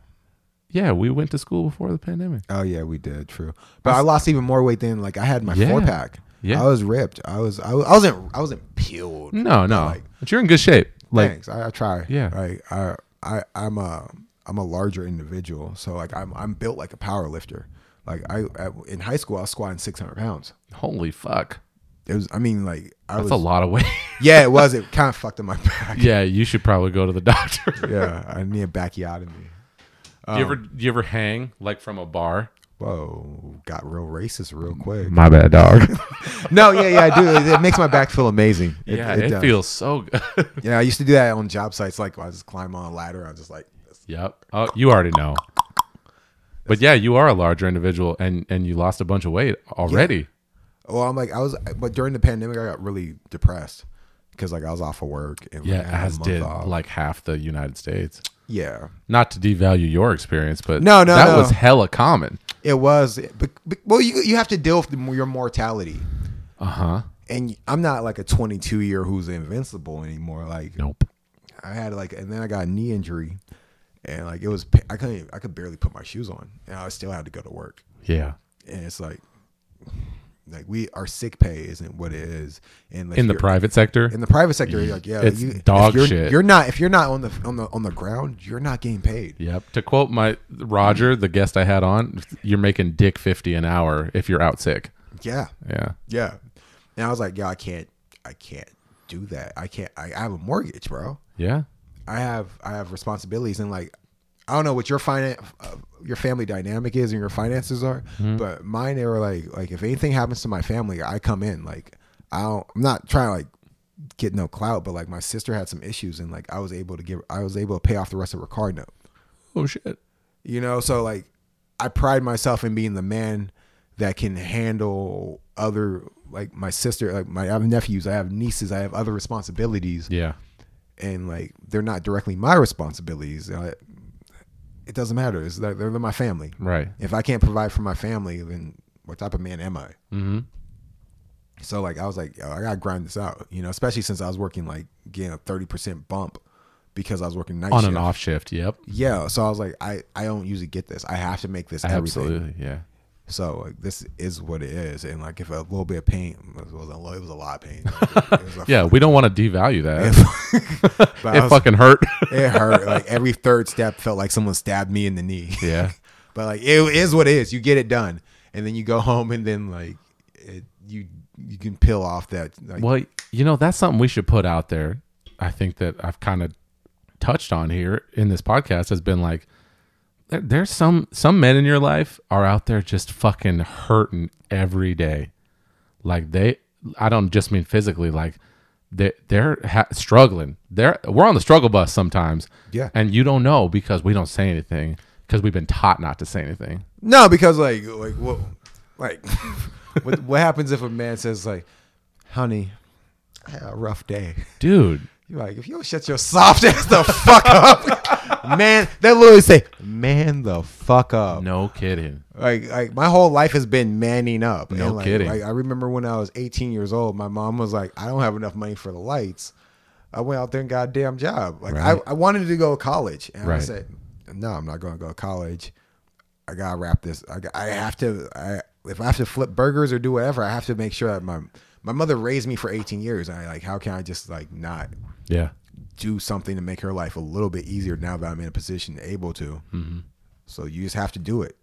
A: Yeah, we went to school before the pandemic.
B: Oh yeah, we did. True, but I lost even more weight than like I had my
A: Yeah.
B: four pack.
A: Yeah.
B: I was ripped. I was. I, was, I wasn't. I wasn't peeled.
A: No, no.
B: like-
A: but you're in good shape. Like
B: Thanks. I, I try.
A: Yeah.
B: Like I, I, I'm a, I'm a larger individual. So like I'm, I'm built like a power lifter. Like I, at, in high school, I was squatting 600 pounds.
A: holy fuck.
B: It was. I mean, like I
A: That's
B: was.
A: a lot of weight.
B: Yeah, it was. It kind of fucked up my back.
A: yeah, you should probably go to the doctor.
B: yeah, Um, I need a bacchiotomy.
A: do you ever do you ever hang like from a bar?
B: Whoa, got real racist real quick.
A: My bad, dog.
B: No, yeah, yeah, I do. It, it makes my back feel amazing.
A: yeah, it,
B: does.
A: feels so good.
B: Yeah, I used to do that on job sites. Like I just climb on a ladder. I was just like,
A: yep. Oh, you already know. But yeah, you are a larger individual and and you lost a bunch of weight already.
B: well, I'm like I was, but during the pandemic, I got really depressed because like I was off of work and
A: Yeah,
B: like, I had a
A: as
B: month
A: did
B: off.
A: like half the United States.
B: yeah,
A: Not to devalue your experience, but
B: No, no,
A: that
B: no.
A: was hella common.
B: it was. But, but well, you you have to deal with the- your mortality,
A: Uh
B: Uh-huh.
A: huh.
B: and I'm not like a 22 year who's invincible anymore. Like
A: Nope.
B: I had like, and then I got a knee injury, and like it was pa- I couldn't even- I could barely put my shoes on, and I still had to go to work.
A: Yeah.
B: And it's like, like we our sick pay isn't what it is, and like
A: In the
B: you're-
A: private sector.
B: in the private sector, you're like yeah,
A: It's
B: you, if
A: dog
B: you're,
A: shit.
B: You're not if you're not on the on the on the ground, you're not getting paid.
A: Yep. To quote my Roger, the guest I had on, you're making dick fifty an hour if you're out sick.
B: Yeah,
A: Yeah.
B: yeah. And I was like, yeah, I can't, I can't do that. I can't. I, I have a mortgage, bro.
A: Yeah.
B: I have I have responsibilities, and like I don't know what your finance, uh, your family dynamic is, and your finances are,
A: Mm-hmm.
B: but mine they were like like if anything happens to my family, I come in. Like I don't, I'm not trying to like get no clout, but like my sister had some issues, and like I was able to give, I was able to pay off the rest of her car note.
A: Oh shit.
B: You know, so like I pride myself in being the man that can handle other like my sister, like my I have nephews, I have nieces, I have other responsibilities,
A: Yeah.
B: and like they're not directly my responsibilities. Uh, It doesn't matter. It's like they're my family.
A: Right.
B: If I can't provide for my family, then what type of man am I?
A: Mm-hmm.
B: So like I was like, yo, I gotta grind this out, you know. Especially since I was working like getting a thirty percent bump because I was working night
A: On
B: shift.
A: and off shift. Yep.
B: Yeah, so I was like, I I don't usually get this. I have to make this everything.
A: Absolutely. Yeah.
B: So like, this is what it is, and like if a little bit of pain it was a, lo- it was a lot of pain. It was a-
A: Yeah. We don't want to devalue that.
B: but I
A: it
B: was-
A: fucking hurt.
B: it hurt. Like every third step felt like someone stabbed me in the knee.
A: yeah.
B: but like it is what it is. You get it done, and then you go home, and then like it, you you can peel off that. Like,
A: Well, you know, that's something we should put out there. I think that I've kind of touched on here in this podcast has been like there- there's some some men in your life are out there just fucking hurting every day. Like they I don't just mean physically like they they're ha- struggling. They're we're on the struggle bus sometimes.
B: Yeah.
A: And you don't know because we don't say anything because we've been taught not to say anything.
B: no, because like like what like what, what happens if a man says like, "Honey, I had a rough day."
A: Dude,
B: You're like, if you don't shut your soft ass the fuck up, man, they literally say, man the fuck up.
A: no kidding.
B: Like, like my whole life has been manning up.
A: No
B: like,
A: kidding.
B: Like, I remember when I was 18 years old, my mom was like, I don't have enough money for the lights. I went out there and got a damn job. Like,
A: Right.
B: I, I wanted to go to college. And I
A: Right.
B: said, no, I'm not going to go to college. I got to wrap this. I, got- I have to, I, if I have to flip burgers or do whatever, I have to make sure that my, my mother raised me for 18 years. And I like, how can I just like not
A: Yeah.
B: do something to make her life a little bit easier now that I'm in a position able to.
A: Mm-hmm.
B: So you just have to do it,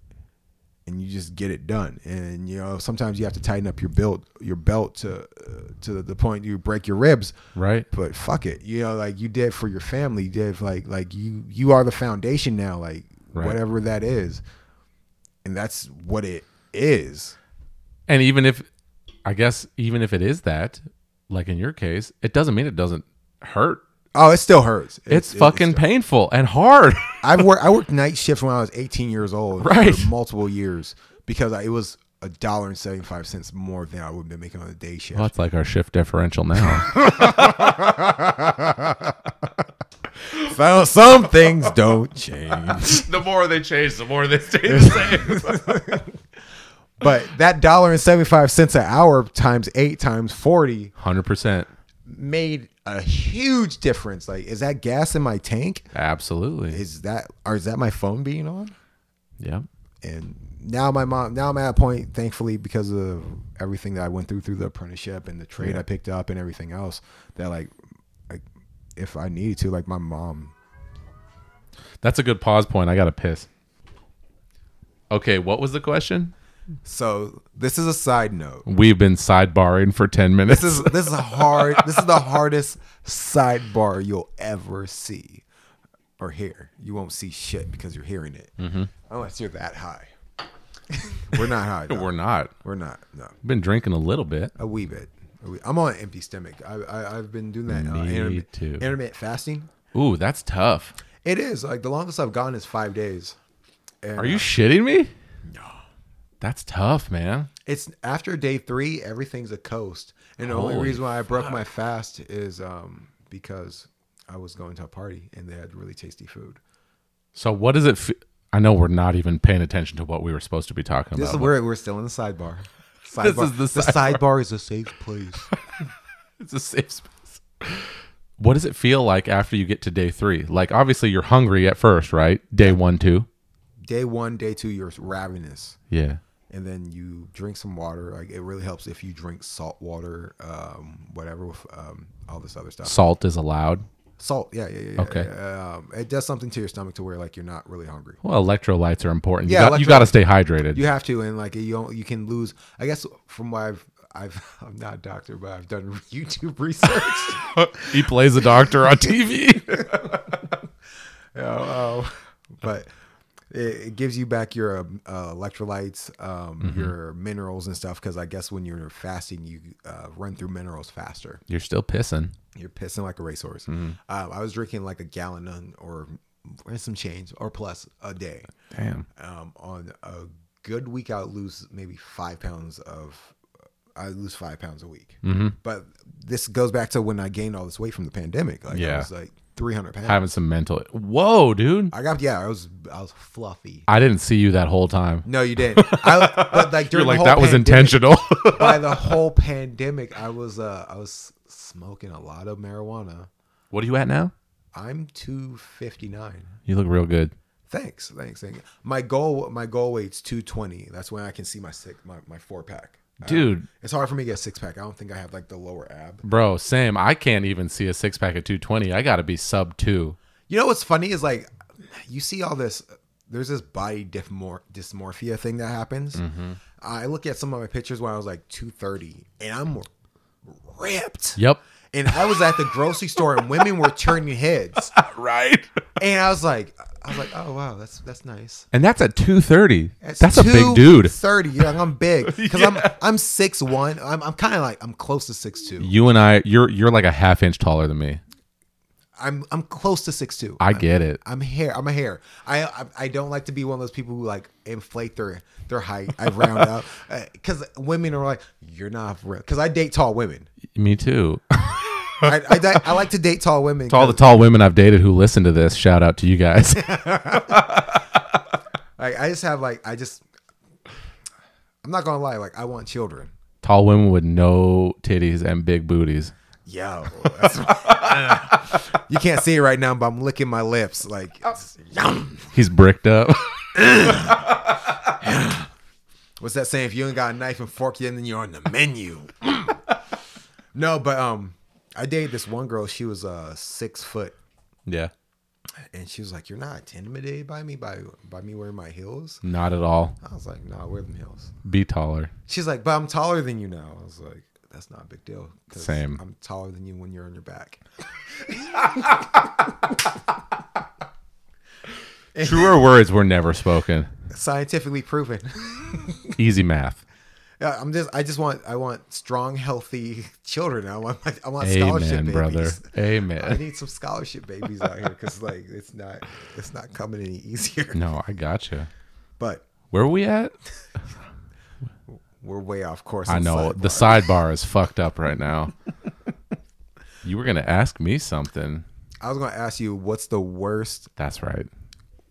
B: and you just get it done. And you know sometimes you have to tighten up your belt, your belt to uh, to the point you break your ribs.
A: Right?
B: But fuck it, you know, like you did for your family, you did like like you you are the foundation now, like
A: Right.
B: whatever that is, and that's what it is.
A: And even if, I guess, even if it is that, like in your case, it doesn't mean it doesn't hurt.
B: Oh, it still hurts. It-
A: It's
B: it- it
A: fucking
B: still-
A: painful and hard.
B: I've worked I worked night shift when I was 18 years old
A: Right.
B: for multiple years because I, it was a dollar and 75 cents more than I would have been making on a day shift.
A: well, it's like our shift differential now.
B: So, some things don't change.
A: the more they change, the more they stay the same.
B: But that dollar and 75 cents an hour times eight times 40
A: Hundred percent,
B: made a huge difference. Like, is that gas in my tank?
A: absolutely.
B: Is that, or is that my phone being on?
A: Yeah,
B: and now my mom now i'm at a point thankfully because of everything that i went through through the apprenticeship and the trade i picked up and everything else that like like if i needed to like my mom
A: that's a good pause point. I got to piss. Okay, what was the question?
B: so this is a side note
A: We've been sidebarring for ten
B: this
A: minutes.
B: is this is a hard this is the hardest sidebar you'll ever see or hear you won't see shit because you're hearing it unless you're that high we're not high though.
A: We're not.
B: we're not no
A: We've been drinking a little bit.
B: A wee bit. A wee- I'm on an empty stomach. I, I I've been doing that. Uh,
A: Me
B: intermi-
A: too.
B: Intermittent fasting.
A: Ooh, that's tough.
B: It is like the longest I've gone is five days. And,
A: Are
B: uh,
A: you shitting me? No. That's tough, man.
B: It's after day three. Everything's a coast, and the only
A: Holy
B: reason why I broke my fast is um because I was going to a party and they had really tasty food.
A: So what does it? Fe- I know we're not even paying attention to what we were supposed to be talking
B: This is
A: about.
B: where we're still in the sidebar.
A: This
B: Sidebar-
A: is the
B: sidebar. is a safe place.
A: but It's a safe space. What does it feel like after you get to day three? Like obviously you're hungry at first, right? Day one, two.
B: day one, day two, you're ravenous.
A: Yeah.
B: and then you drink some water. Like it really helps if you drink salt water, um, whatever with um, all this other stuff.
A: Salt is allowed.
B: Salt, yeah, yeah, yeah, yeah.
A: Okay.
B: yeah. Um, it does something to your stomach to where like you're not really hungry.
A: Well, electrolytes are important. You
B: Yeah,
A: got, you
B: electrolytes-
A: got to stay hydrated.
B: You have to, and like you don't, you can lose. I guess from what I've, I've, I'm not a doctor, but I've done YouTube research.
A: he plays a doctor on TV.
B: Oh, oh. but it, it gives you back your um, uh, electrolytes, um, your minerals and stuff. Because I guess when you're fasting, you uh, run through minerals faster.
A: you're still pissing.
B: You're pissing like a racehorse.
A: Mm-hmm.
B: Um, I was drinking like a gallon on- or and some change or plus a day.
A: Damn.
B: Um, on a good week, I would lose maybe five pounds of. I lose five pounds a week.
A: Mm-hmm.
B: But this goes back to when I gained all this weight from the pandemic. Like I
A: Yeah.
B: was like 300 pounds.
A: Having some mental. Whoa, dude.
B: I got yeah. I was I was fluffy.
A: I didn't see you that whole time.
B: No, you didn't. I, but like
A: You're
B: during the
A: like
B: whole
A: that was
B: pandemic-
A: intentional.
B: By the whole pandemic, I was uh I was smoking a lot of marijuana.
A: what are you at now?
B: I'm 259.
A: You look real good.
B: Thanks, thanks, thanks. My goal, my goal weight's two twenty. That's when I can see my six, my, my four pack. I don't-
A: Dude.
B: it's hard for me to get a six pack. I don't think I have like the lower ab.
A: Bro, same. I can't even see a six pack at 220. I got to be sub two.
B: You know what's funny is like, you see all this. There's this body dysmor- dysmorphia thing that happens. I look at some of my pictures when I was like two thirty, and I'm ripped.
A: Yep.
B: And I was at the grocery store, and women were turning heads,
A: Right.
B: and I was like, I was like, oh wow, that's that's nice.
A: And that's at 230.
B: That's,
A: That's, a big dude.
B: Thirty, yeah, I'm big because I'm I'm six one. I'm I'm kind of like I'm close to six two.
A: You and I, you're you're like a half inch taller than me.
B: I'm I'm close to six two.
A: I get it.
B: I'm hair. I'm a hair. I, I I don't like to be one of those people who like inflate their their height. I round up because women are like, you're not real. Because I date tall women.
A: Me too.
B: I, I, di- I like to date tall women.
A: To all the
B: 'cause
A: tall women I've dated who listen to this, shout out to you guys.
B: I, I just have like I just. I'm not gonna lie. Like I want children.
A: tall women with no titties and big booties.
B: Yo, you can't see it right now, but I'm licking my lips. Like,
A: Oh.
B: it's- yum.
A: He's bricked up.
B: What's that saying? If you ain't got a knife and fork, then you're on the menu. Mm. no, but um, I dated this one girl. She was uh six foot,
A: yeah.
B: and she was like, "You're not intimidated by me by by me wearing my heels."
A: Not at all.
B: I was like, "No, I wear them heels."
A: Be taller.
B: She's like, "But I'm taller than you now." I was like, "That's not a big deal." 'cause
A: Same.
B: I'm taller than you when you're on your back.
A: Truer words were never spoken.
B: Scientifically proven.
A: Easy math.
B: Yeah, I'm just. I just want. I want strong, healthy children. I want. I want scholarship
A: Amen,
B: babies.
A: brother.
B: I
A: Amen.
B: need some scholarship babies out here because like it's not. It's not coming any easier.
A: No, I gotcha.
B: But
A: Where are we at?
B: we're way off course.
A: I
B: on
A: know
B: sidebar.
A: the sidebar is fucked up right now. you were gonna ask me something.
B: I was gonna ask you what's the worst
A: That's right.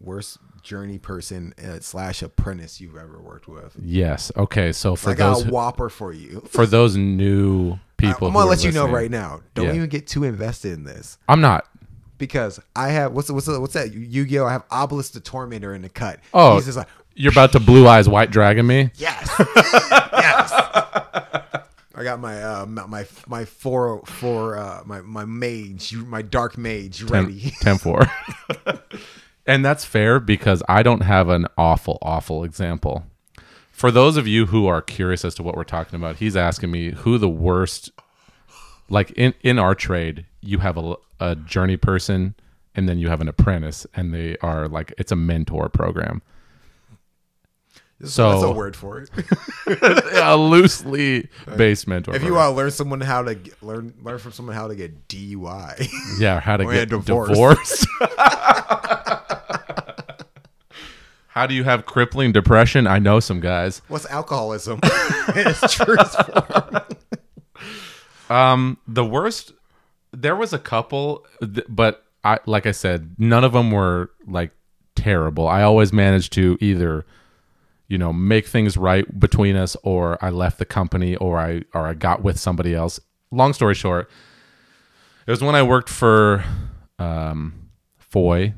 B: worst journey person uh, slash apprentice you've ever worked with.
A: Yes. Okay. So for
B: I got
A: those
B: a whopper for you.
A: for those new people,
B: I'm
A: who
B: gonna
A: are
B: let you know
A: listening,
B: right now. Don't
A: Yeah.
B: even get too invested in this
A: I'm not.
B: because I have what's what's what's that Yu-Gi-Oh. I have Obelisk the Tormentor in the cut.
A: Oh.
B: he's just like
A: You're about to blue eyes white dragon me.
B: yes, yes. I got my uh my my, my four four uh my my mage my dark mage ready.
A: 10 4. and that's fair because I don't have an awful, awful example. For those of you who are curious as to what we're talking about, he's asking me who the worst, like in, in our trade, you have a, a journey person and then you have an apprentice, and they are like, it's a mentor program. So-
B: That's a word for it.
A: a loosely based mentor.
B: If you
A: program.
B: want to learn someone how to get, learn learn from someone how to get DUI,
A: Yeah, how to
B: Or yeah,
A: get
B: divorced.
A: divorced. how do you have crippling depression? I know some guys.
B: what's alcoholism? it's truth.
A: Um, the worst. There was a couple, th- but I like I said, none of them were like terrible. I always managed to either, you know, make things right between us, or I left the company, or I or I got with somebody else. Long story short, it was when I worked for um, Foy,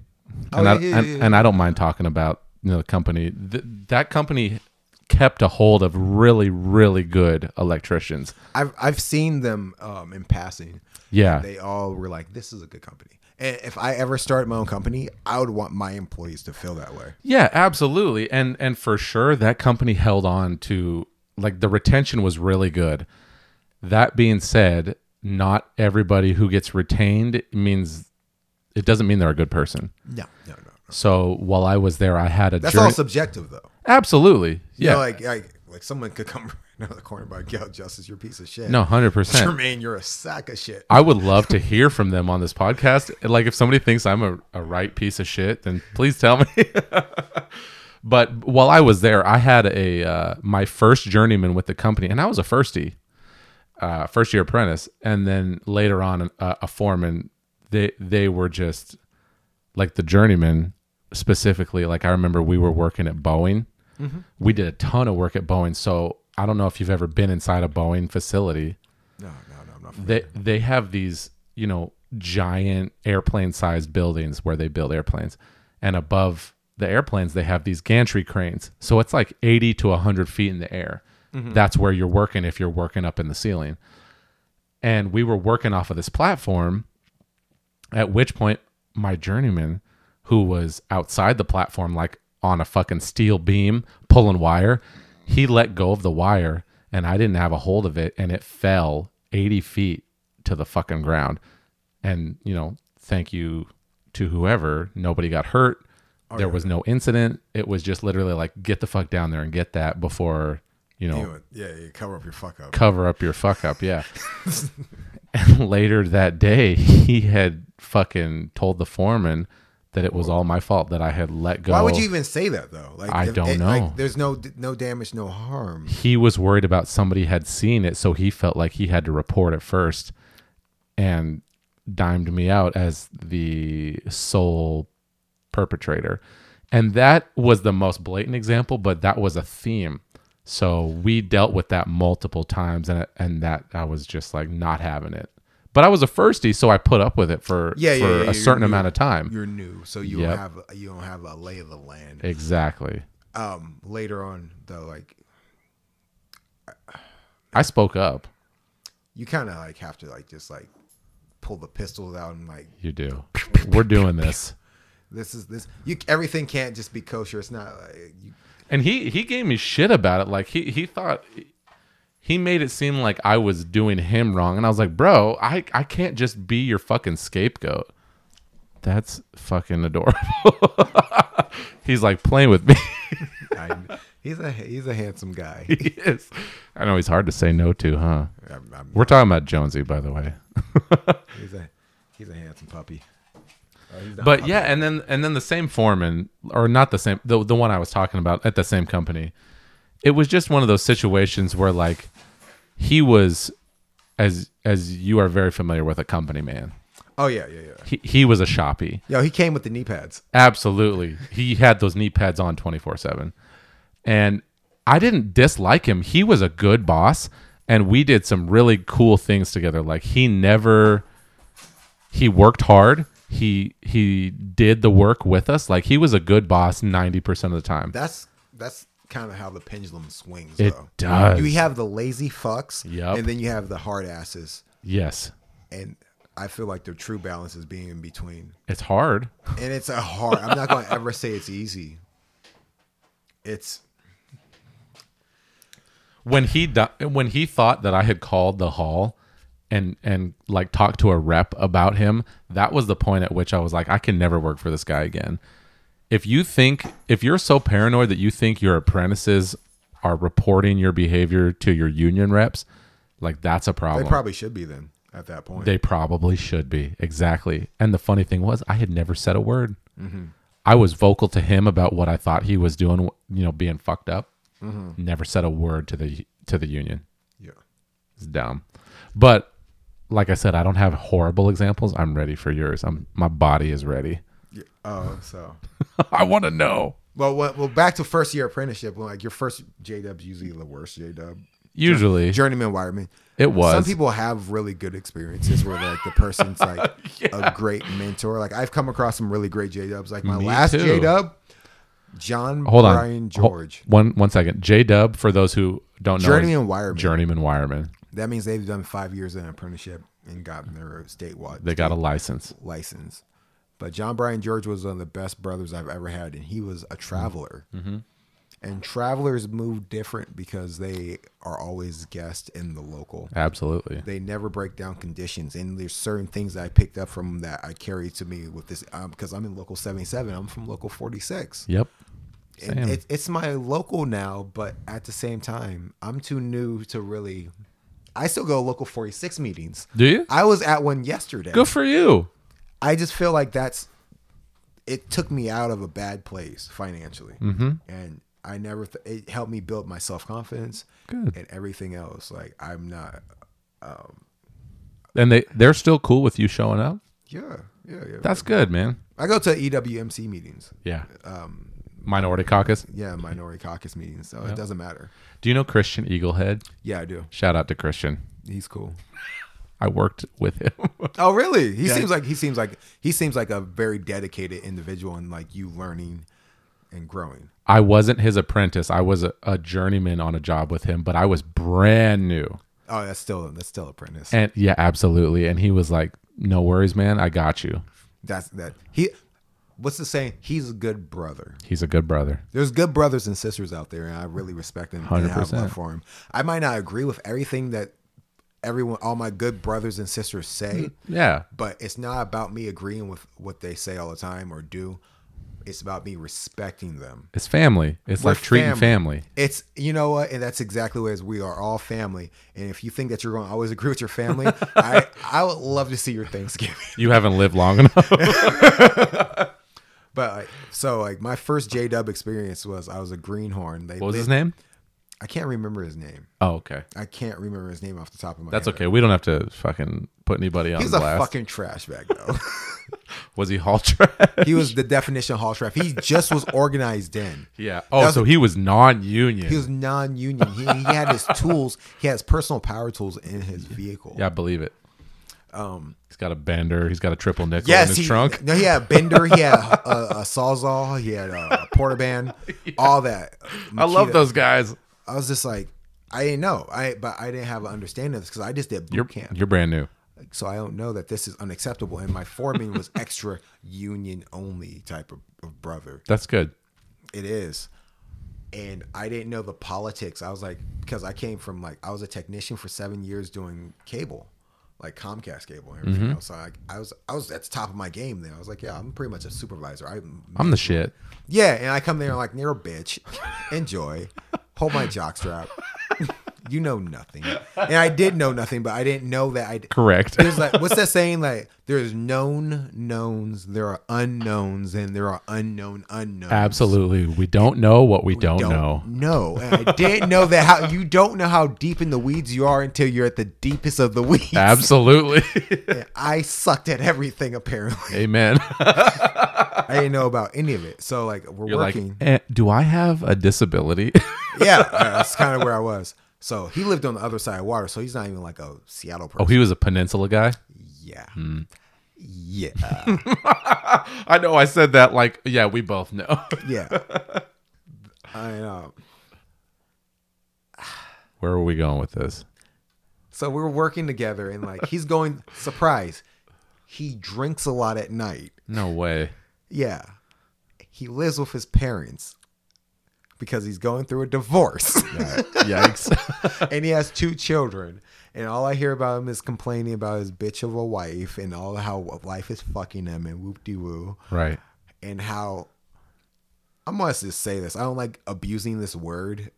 A: and,
B: Oh, yeah,
A: I,
B: yeah,
A: and,
B: yeah,
A: and I don't mind talking about you know, the company. Th- that company kept a hold of really, really good electricians.
B: I've I've seen them um, in passing.
A: Yeah,
B: They all were like, "This is a good company." And if I ever start my own company, I would want my employees to feel that way.
A: Yeah, absolutely. And and for sure that company held on to like the retention was really good. That being said, not everybody who gets retained means it doesn't mean they're a good person.
B: No, no, no.
A: So while I was there, I had a
B: That's
A: journey.
B: all subjective, though.
A: absolutely.
B: You
A: Yeah.
B: know, like like like someone could come around the corner by Gal Justice, you're a piece of shit.
A: no, hundred percent.
B: Jermaine, you're a sack of shit.
A: I would love to hear from them on this podcast. Like, if somebody thinks I'm a, a right piece of shit, then please tell me. but while I was there, I had a uh, my first journeyman with the company, and I was a firstie, uh, first year apprentice, and then later on uh, a, a foreman. They they were just like the journeyman specifically. Like I remember we were working at Boeing. We did a ton of work at Boeing, so I don't know if you've ever been inside a Boeing facility
B: No, no, no, I'm not. for
A: they they have these you know giant airplane sized buildings where they build airplanes and above the airplanes they have these gantry cranes so it's like 80 to 100 feet in the air that's where you're working if you're working up in the ceiling and we were working off of this platform at which point my journeyman who was outside the platform like on a fucking steel beam pulling wire he let go of the wire and i didn't have a hold of it and it fell 80 feet to the fucking ground and you know thank you to whoever nobody got hurt there was no incident it was just literally like get the fuck down there and get that before you know
B: Anyway, yeah, yeah, cover up your fuck up.
A: cover up your fuck up. Yeah. and later that day, he had fucking told the foreman that it was all my fault that I had let go.
B: Why would you even say that though? Like
A: I don't know.
B: Like, there's no no damage, no harm.
A: He was worried about somebody had seen it, so he felt like he had to report it first, and dimed me out as the sole perpetrator. And that was the most blatant example, but that was a theme. So we dealt with that multiple times, and and that I was just like not having it. But I was a firstie, so I put up with it for
B: Yeah,
A: for
B: yeah, yeah,
A: a
B: you're
A: certain
B: new.
A: amount of time.
B: You're new, so you
A: Yep.
B: don't have you don't have a lay of the land.
A: Exactly.
B: Um, later on though, like
A: I spoke up.
B: you kind of like have to like just like pull the pistols out and like
A: You do. We're doing this.
B: this is this you everything can't just be kosher. It's not like you,
A: and he he gave me shit about it like he he thought he made it seem like i was doing him wrong and i was like bro i i can't just be your fucking scapegoat that's fucking adorable he's like playing with me
B: I, he's a he's a handsome guy.
A: he is i know he's hard to say no to huh
B: I'm, I'm,
A: we're talking about jonesy by the way
B: he's a he's a handsome puppy. Uh, he's not
A: but
B: puppy.
A: yeah and then and then the same foreman or not the same the, the one i was talking about at the same company it was just one of those situations where like he was as as you are very familiar with a company man
B: Oh yeah, yeah, yeah.
A: He, he was a shoppy.
B: Yo, he came with the knee pads.
A: Absolutely. He had those knee pads on 24 7. And I didn't dislike him. He was a good boss. And we did some really cool things together. Like he never, he worked hard. He he did the work with us. Like he was a good boss ninety percent of the time.
B: That's that's kind of how the pendulum swings.
A: It
B: though.
A: does.
B: You have the lazy fucks,
A: Yup.
B: and then you have the hard asses,
A: yes,
B: and I feel like the true balance is being in between.
A: it's hard.
B: And it's a hard. I'm not going to ever say it's easy. It's
A: when he di- when he thought that I had called the hall and and like talked to a rep about him, that was the point at which I was like, I can never work for this guy again. If you think if you're so paranoid that you think your apprentices are reporting your behavior to your union reps, like that's a
B: they
A: problem.
B: probably should be then at that point.
A: They probably should be exactly. And the funny thing was, I had never said a word. I was vocal to him about what I thought he was doing, you know, being fucked up. Never said a word to the to the union.
B: yeah.
A: It's dumb. But like I said, I don't have horrible examples. I'm ready for yours. I'm my body is ready.
B: yeah. Oh, so
A: I want to know.
B: well, well, well, back to first year apprenticeship. Like your first J Dub's usually the worst J Dub.
A: Usually
B: Journeyman wireman.
A: it was.
B: Some people have really good experiences where like the person's like a great mentor. Like I've come across some really great J Dubs. Like my
A: Me
B: last
A: too.
B: J Dub, John
A: Hold on.
B: Brian
A: Hol-
B: George,
A: one one second. J Dub for those who don't know. is
B: Journeyman wireman.
A: Journeyman Wireman.
B: That means they've done five years in apprenticeship and gotten their statewide
A: They got a license.
B: license. But John Bryan George was one of the best brothers I've ever had, and he was a traveler.
A: Mm-hmm.
B: And travelers move different because they are always guests in the local.
A: Absolutely.
B: They never break down conditions, and there's certain things that I picked up from that I carry to me with this because I'm in local 77. I'm from local 46.
A: Yep.
B: And
A: Same.
B: it, it's my local now, but at the same time, I'm too new to really. I still go to local 46 meetings.
A: Do you?
B: I was at one yesterday.
A: Good for you.
B: I just feel like that's it took me out of a bad place financially,
A: Mm-hmm.
B: and I never th- it helped me build my self confidence
A: Good.
B: and everything else. Like I'm not,
A: And they they're still cool with you showing up.
B: yeah, yeah, yeah.
A: That's good, man.
B: I go to E EWMC meetings,
A: Yeah. Um, Minority Caucus.
B: yeah, minority caucus meetings, so it doesn't matter.
A: Do you know Christian Eaglehead?
B: Yeah, I do.
A: Shout out to Christian.
B: He's cool.
A: I worked with him.
B: Oh, really? He seems like he seems like he seems like a very dedicated individual, and like you learning and growing.
A: I wasn't his apprentice. I was a, a journeyman on a job with him, but I was brand new.
B: Oh, that's still that's still apprentice.
A: And yeah, absolutely. And he was like, "No worries, man. I got you."
B: That's that he. What's the saying? He's a good brother.
A: He's a good brother.
B: There's good brothers and sisters out there, and I really respect them and have
A: 100%.
B: love for him. I might not agree with everything that everyone, all my good brothers and sisters say,
A: Yeah.
B: but it's not about me agreeing with what they say all the time or do. It's about me respecting them.
A: It's family. It's
B: We're
A: like treating family.
B: It's you know what, and that's exactly what it is. We are all family, and if you think that you're going to always agree with your family, I I would love to see your Thanksgiving.
A: You haven't lived long enough.
B: But like, so like my first J Dub experience was I was a greenhorn. They
A: What was
B: lit-
A: his name?
B: I can't remember his name.
A: Oh, okay.
B: I can't remember his name off the top of my
A: That's
B: head.
A: okay. We don't have to fucking put anybody on
B: He's a
A: blast.
B: fucking trash bag though.
A: was he hall trash?
B: he was the definition of hall trap. He just was organized then.
A: yeah. Oh, so he was non-union.
B: He was non-union. He, he had his tools. He has personal power tools in his vehicle.
A: yeah, I believe it. Um, he's got a bender. He's got a triple nickel in his
B: he,
A: trunk.
B: No, he had a bender. He had a, a, a sawzall. He had a, a porter band. All that.
A: I love
B: Makita.
A: those guys.
B: I was just like, I didn't know. I but I didn't have an understanding of this because I just did boot
A: You're
B: camp.
A: you're brand new.
B: so I don't know that this is unacceptable. And my foreman was extra union only type of, of brother.
A: That's good.
B: It is. And I didn't know the politics. I was like, because I came from like I was a technician for seven years doing cable, like Comcast cable and everything else. So I, I was I was at the top of my game then. I was like, yeah, I'm pretty much a supervisor. I
A: I'm the shit.
B: yeah, and I come there and like, you're a bitch. Enjoy. Hold my jockstrap. you know nothing. And I did know nothing, but I didn't know that I.
A: Correct.
B: There's like, what's that saying? Like, there's known knowns, there are unknowns, and there are unknown unknowns.
A: Absolutely. We don't know what we, don't, know.
B: No, and I didn't know that. How you don't know how deep in the weeds you are until you're at the deepest of the weeds.
A: Absolutely.
B: And I sucked at everything. Apparently,
A: Amen.
B: I didn't know about any of it. So like, we're
A: You're like,
B: working.
A: "Eh, do I have a disability?
B: yeah, uh, that's kind of where I was. So he lived on the other side of water, so he's not even like a Seattle
A: oh,
B: person.
A: he was a peninsula guy.
B: yeah,
A: hmm.
B: yeah,
A: I know I said that like, yeah, we both know.
B: yeah. I uh, know.
A: Where are we going with this?
B: So we were working together, and like he's going. Surprise, he drinks a lot at night.
A: No way.
B: Yeah, he lives with his parents because he's going through a divorce,
A: Yikes.
B: and he has two children. And all I hear about him is complaining about his bitch of a wife and all how life is fucking him and whoop de woo.
A: right.
B: and how I must just say this. I don't like abusing this word,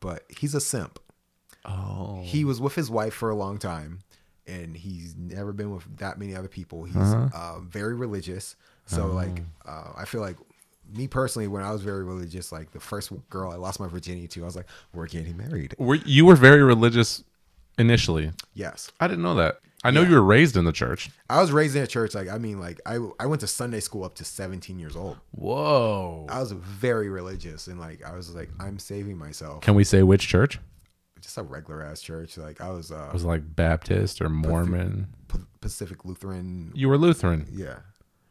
B: but he's a simp.
A: Oh.
B: He was with his wife for a long time, and he's never been with that many other people. He's uh, very religious, so like uh, I feel like me personally, when I was very religious, like the first girl I lost my virginity to, I was like, "We're getting married."
A: Were, you were very religious initially.
B: Yes,
A: I didn't know that. I know you were raised in the church.
B: I was raised in a church. Like I mean, like I I went to Sunday school up to seventeen years old.
A: Whoa.
B: I was very religious, and like I was like, I'm saving myself.
A: Can we say which church?
B: just a regular ass church. Like I was uh
A: Was it like Baptist or Mormon?
B: P- Pacific Lutheran,
A: You were Lutheran.
B: yeah,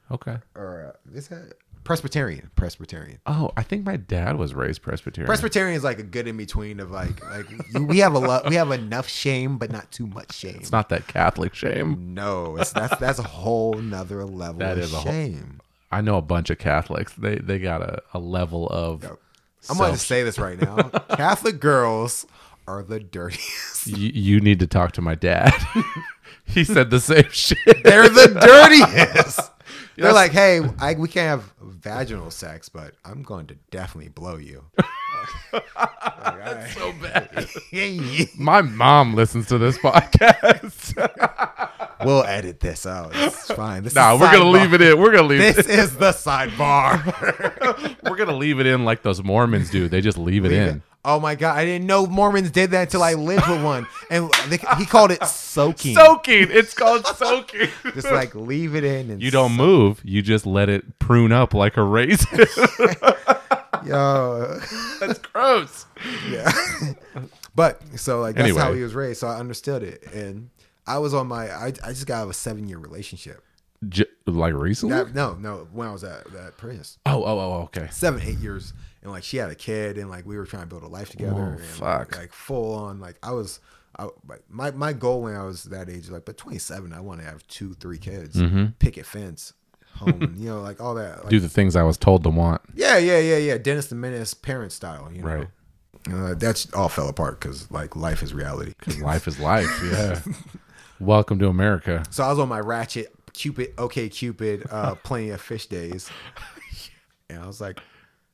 A: Okay.
B: or uh, is that Presbyterian? Presbyterian.
A: Oh, I think my dad was raised Presbyterian.
B: Presbyterian is like a good in between of like like you, we have a lot we have enough shame but not too much shame.
A: it's not that Catholic shame.
B: no, it's, that's that's a whole nother level
A: That
B: of
A: is a whole-
B: shame.
A: I know a bunch of Catholics. They they got a, a level of
B: I'm
A: self-
B: gonna say this right now: Catholic girls are the dirtiest.
A: you, you need to talk to my dad. he said the same shit.
B: They're the dirtiest. They're like, hey, I, we can't have vaginal sex, but I'm going to definitely blow you. That's so bad.
A: My mom listens to this podcast.
B: we'll edit this out. It's fine. This
A: nah,
B: is
A: we're gonna leave it in. We're gonna leave
B: This
A: it.
B: is the sidebar.
A: We're gonna leave it in like those Mormons do. They just leave it in.
B: oh my god, I didn't know Mormons did that until I lived with one, and they, he called it soaking.
A: Soaking. It's called soaking.
B: Just like leave it in, and
A: You don't move. You just let it prune up like a raisin.
B: Yo.
A: That's gross.
B: But so like that's
A: Anyway.
B: how he was raised, so I understood it, and I was on my I, I just got out of a seven year relationship.
A: J- like recently?
B: That, no, no, when I was at that Prince,
A: oh, oh, oh, okay.
B: seven eight years, and like she had a kid, and like we were trying to build a life together.
A: Whoa,
B: and,
A: fuck.
B: Like full on, like I was. I, like, my my goal when I was that age, like but twenty seven, I want to have two, three kids,
A: Mm-hmm.
B: picket fence, home, you know, like all that. Like,
A: Do the things I was told to want.
B: yeah, yeah, yeah, yeah. Dennis the Menace, parent style, you know.
A: Right.
B: Uh, that's all fell apart because like life is reality.
A: Life is life. Yeah. Welcome to America.
B: So I was on my Ratchet, Cupid, OK Cupid, uh, plenty of fish days, and I was like,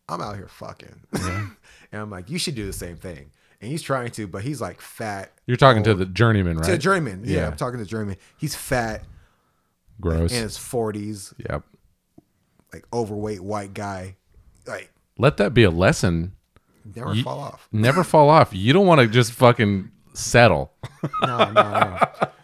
B: I'm out here fucking, and I'm like, you should do the same thing. And he's trying to, but he's like fat.
A: You're talking to the journeyman, right?
B: To German, yeah,
A: Yeah.
B: I'm talking to German. He's fat
A: gross.
B: in his 40s,
A: Yep.
B: like overweight white guy, like
A: Let that be a lesson.
B: never fall off.
A: Never fall off. You don't want to just fucking settle.
B: No, no, no.